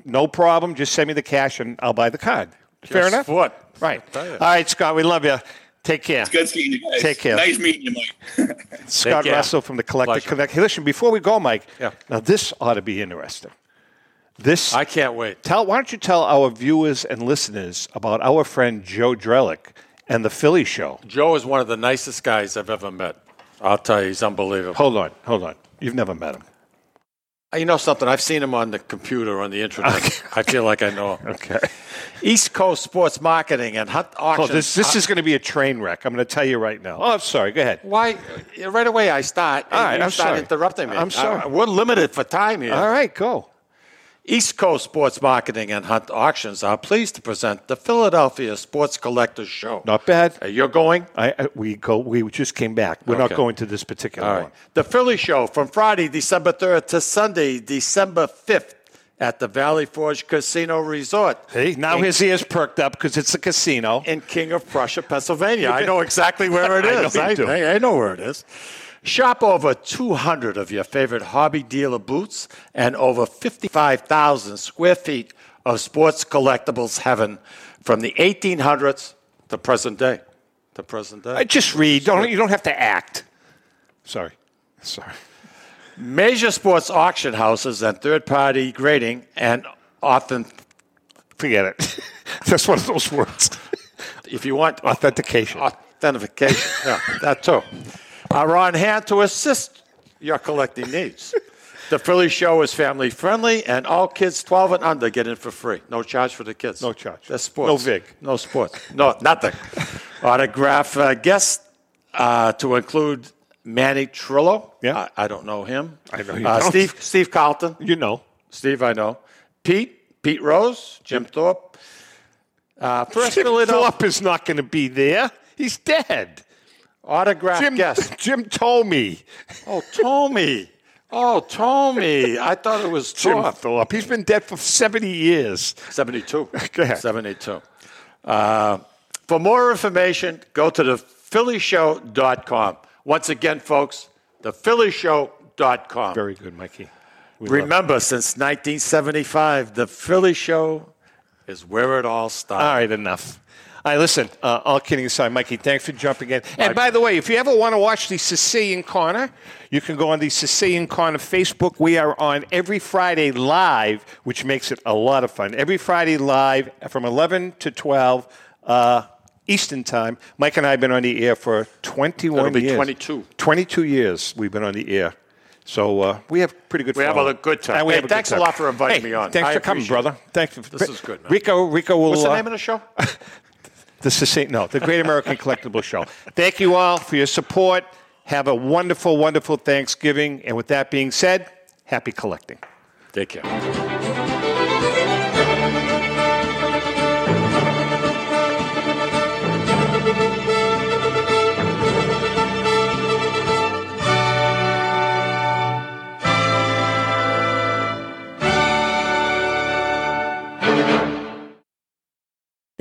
[SPEAKER 3] no problem. Just send me the cash and I'll buy the card. Fair
[SPEAKER 4] Just
[SPEAKER 3] enough.
[SPEAKER 4] What?
[SPEAKER 3] Right.
[SPEAKER 4] I'll tell
[SPEAKER 3] All
[SPEAKER 4] you.
[SPEAKER 3] right, Scott. We love you. Take care.
[SPEAKER 16] Good seeing you guys.
[SPEAKER 3] Take care.
[SPEAKER 16] Nice meeting you, Mike.
[SPEAKER 3] Scott
[SPEAKER 16] care.
[SPEAKER 3] Russell from the Collector Connect. Hey, Listen, before we go, Mike.
[SPEAKER 4] Yeah.
[SPEAKER 3] Now this ought to be interesting. This
[SPEAKER 4] I can't wait.
[SPEAKER 3] Tell why don't you tell our viewers and listeners about our friend Joe Drellick and the Philly Show?
[SPEAKER 4] Joe is one of the nicest guys I've ever met. I'll tell you, he's unbelievable.
[SPEAKER 3] Hold on, hold on. You've never met him.
[SPEAKER 4] You know something? I've seen him on the computer on the internet. I feel like I know him.
[SPEAKER 3] Okay.
[SPEAKER 4] East Coast Sports Marketing and Hunt
[SPEAKER 3] Oh,
[SPEAKER 4] Auctions.
[SPEAKER 3] this this
[SPEAKER 4] I-
[SPEAKER 3] is going to be a train wreck. I'm going to tell you right now. Oh, I'm sorry. Go ahead.
[SPEAKER 4] why right away I start. And
[SPEAKER 3] All right,
[SPEAKER 4] you
[SPEAKER 3] I'm
[SPEAKER 4] start
[SPEAKER 3] sorry.
[SPEAKER 4] interrupting me.
[SPEAKER 3] I'm sorry.
[SPEAKER 4] Uh, we're limited for time here.
[SPEAKER 3] All right, go.
[SPEAKER 4] East Coast Sports Marketing and Hunt Auctions are pleased to present the Philadelphia Sports Collectors Show. Uh,
[SPEAKER 3] Not bad.
[SPEAKER 4] you're going?
[SPEAKER 3] I, I we go. We just came back. We're not
[SPEAKER 4] Okay.
[SPEAKER 3] going to this particular
[SPEAKER 4] All
[SPEAKER 3] one.
[SPEAKER 4] right. The Philly Show from Friday, December 3rd to Sunday, December 5th at the Valley Forge Casino Resort.
[SPEAKER 3] Hey, now
[SPEAKER 4] in,
[SPEAKER 3] his ears perked up because it's a casino.
[SPEAKER 4] in King of Prussia, Pennsylvania. I know exactly where it
[SPEAKER 3] I know
[SPEAKER 4] is.
[SPEAKER 3] you
[SPEAKER 4] I,
[SPEAKER 3] do.
[SPEAKER 4] I- I know where it is. Shop over 200 of your favorite hobby dealer boots and over 55,000 square feet of sports collectibles heaven from the 1800s to present day. To present day.
[SPEAKER 3] I just read. Don't you don't have to act. Sorry, sorry.
[SPEAKER 4] Major sports auction houses and third party grading and often
[SPEAKER 3] Forget it. That's one of those words.
[SPEAKER 4] if you want
[SPEAKER 3] Authentication.
[SPEAKER 4] authentication, yeah, that too, are on hand to assist your collecting needs. The Philly Show is family friendly, and all kids 12 and under get in for free. No charge for the kids. No charge. That's sports.
[SPEAKER 3] No vig.
[SPEAKER 4] No sports. No, nothing. Autograph uh, guests uh, to include Manny Trillo. Yeah. I, I don't know him. I
[SPEAKER 3] know you
[SPEAKER 4] uh,
[SPEAKER 3] don't.
[SPEAKER 4] Steve, Steve Carlton.
[SPEAKER 3] You know.
[SPEAKER 4] Steve, I know. Pete, Pete Rose, Jim Thorpe. Uh, first Philadelphia.
[SPEAKER 3] Philip is not going to be there. He's dead.
[SPEAKER 4] Autograph
[SPEAKER 3] Jim,
[SPEAKER 4] guest.
[SPEAKER 3] Jim Tomey.
[SPEAKER 4] Oh, Tomey. Oh, Tomey. I thought it was
[SPEAKER 3] Jim
[SPEAKER 4] Thorpe.
[SPEAKER 3] Philip. He's been dead for 70 years.
[SPEAKER 4] 72.
[SPEAKER 3] Go ahead.
[SPEAKER 4] 72. Uh, for more information, go to thephillyshow.com. Once again, folks, thephillyshow.com.
[SPEAKER 3] Very good, Mikey. We love
[SPEAKER 4] Remember, since 1975, The Philly Show is where it all starts.
[SPEAKER 3] All right, enough. All right, listen, uh, all kidding aside, Mikey, thanks for jumping in. And by the way, if you ever want to watch the Sicilian Corner, you can go on the Sicilian Corner Facebook. We are on every Friday live, which makes it a lot of fun. Every Friday live from 11 to 12 uh, Eastern Time. Mike and I have been on the air for 21
[SPEAKER 4] That'll be
[SPEAKER 3] years.
[SPEAKER 4] 22.
[SPEAKER 3] 22 years we've been on the air. So uh, we have pretty good
[SPEAKER 4] We have
[SPEAKER 3] following.
[SPEAKER 4] a good time.
[SPEAKER 3] And we
[SPEAKER 4] Hey,
[SPEAKER 3] have good
[SPEAKER 4] thanks a
[SPEAKER 3] time.
[SPEAKER 4] lot for inviting
[SPEAKER 3] Hey,
[SPEAKER 4] me on.
[SPEAKER 3] Thanks
[SPEAKER 4] I
[SPEAKER 3] for coming,
[SPEAKER 4] appreciate it.
[SPEAKER 3] brother. Thank you.
[SPEAKER 4] This is good, man.
[SPEAKER 3] Rico, Rico will.
[SPEAKER 4] What's the
[SPEAKER 3] uh,
[SPEAKER 4] name of the show?
[SPEAKER 3] the Sicilian, no, the Great American Collectible Show. Thank you all for your support. Have a wonderful, wonderful Thanksgiving. And with that being said, happy collecting.
[SPEAKER 4] Take care.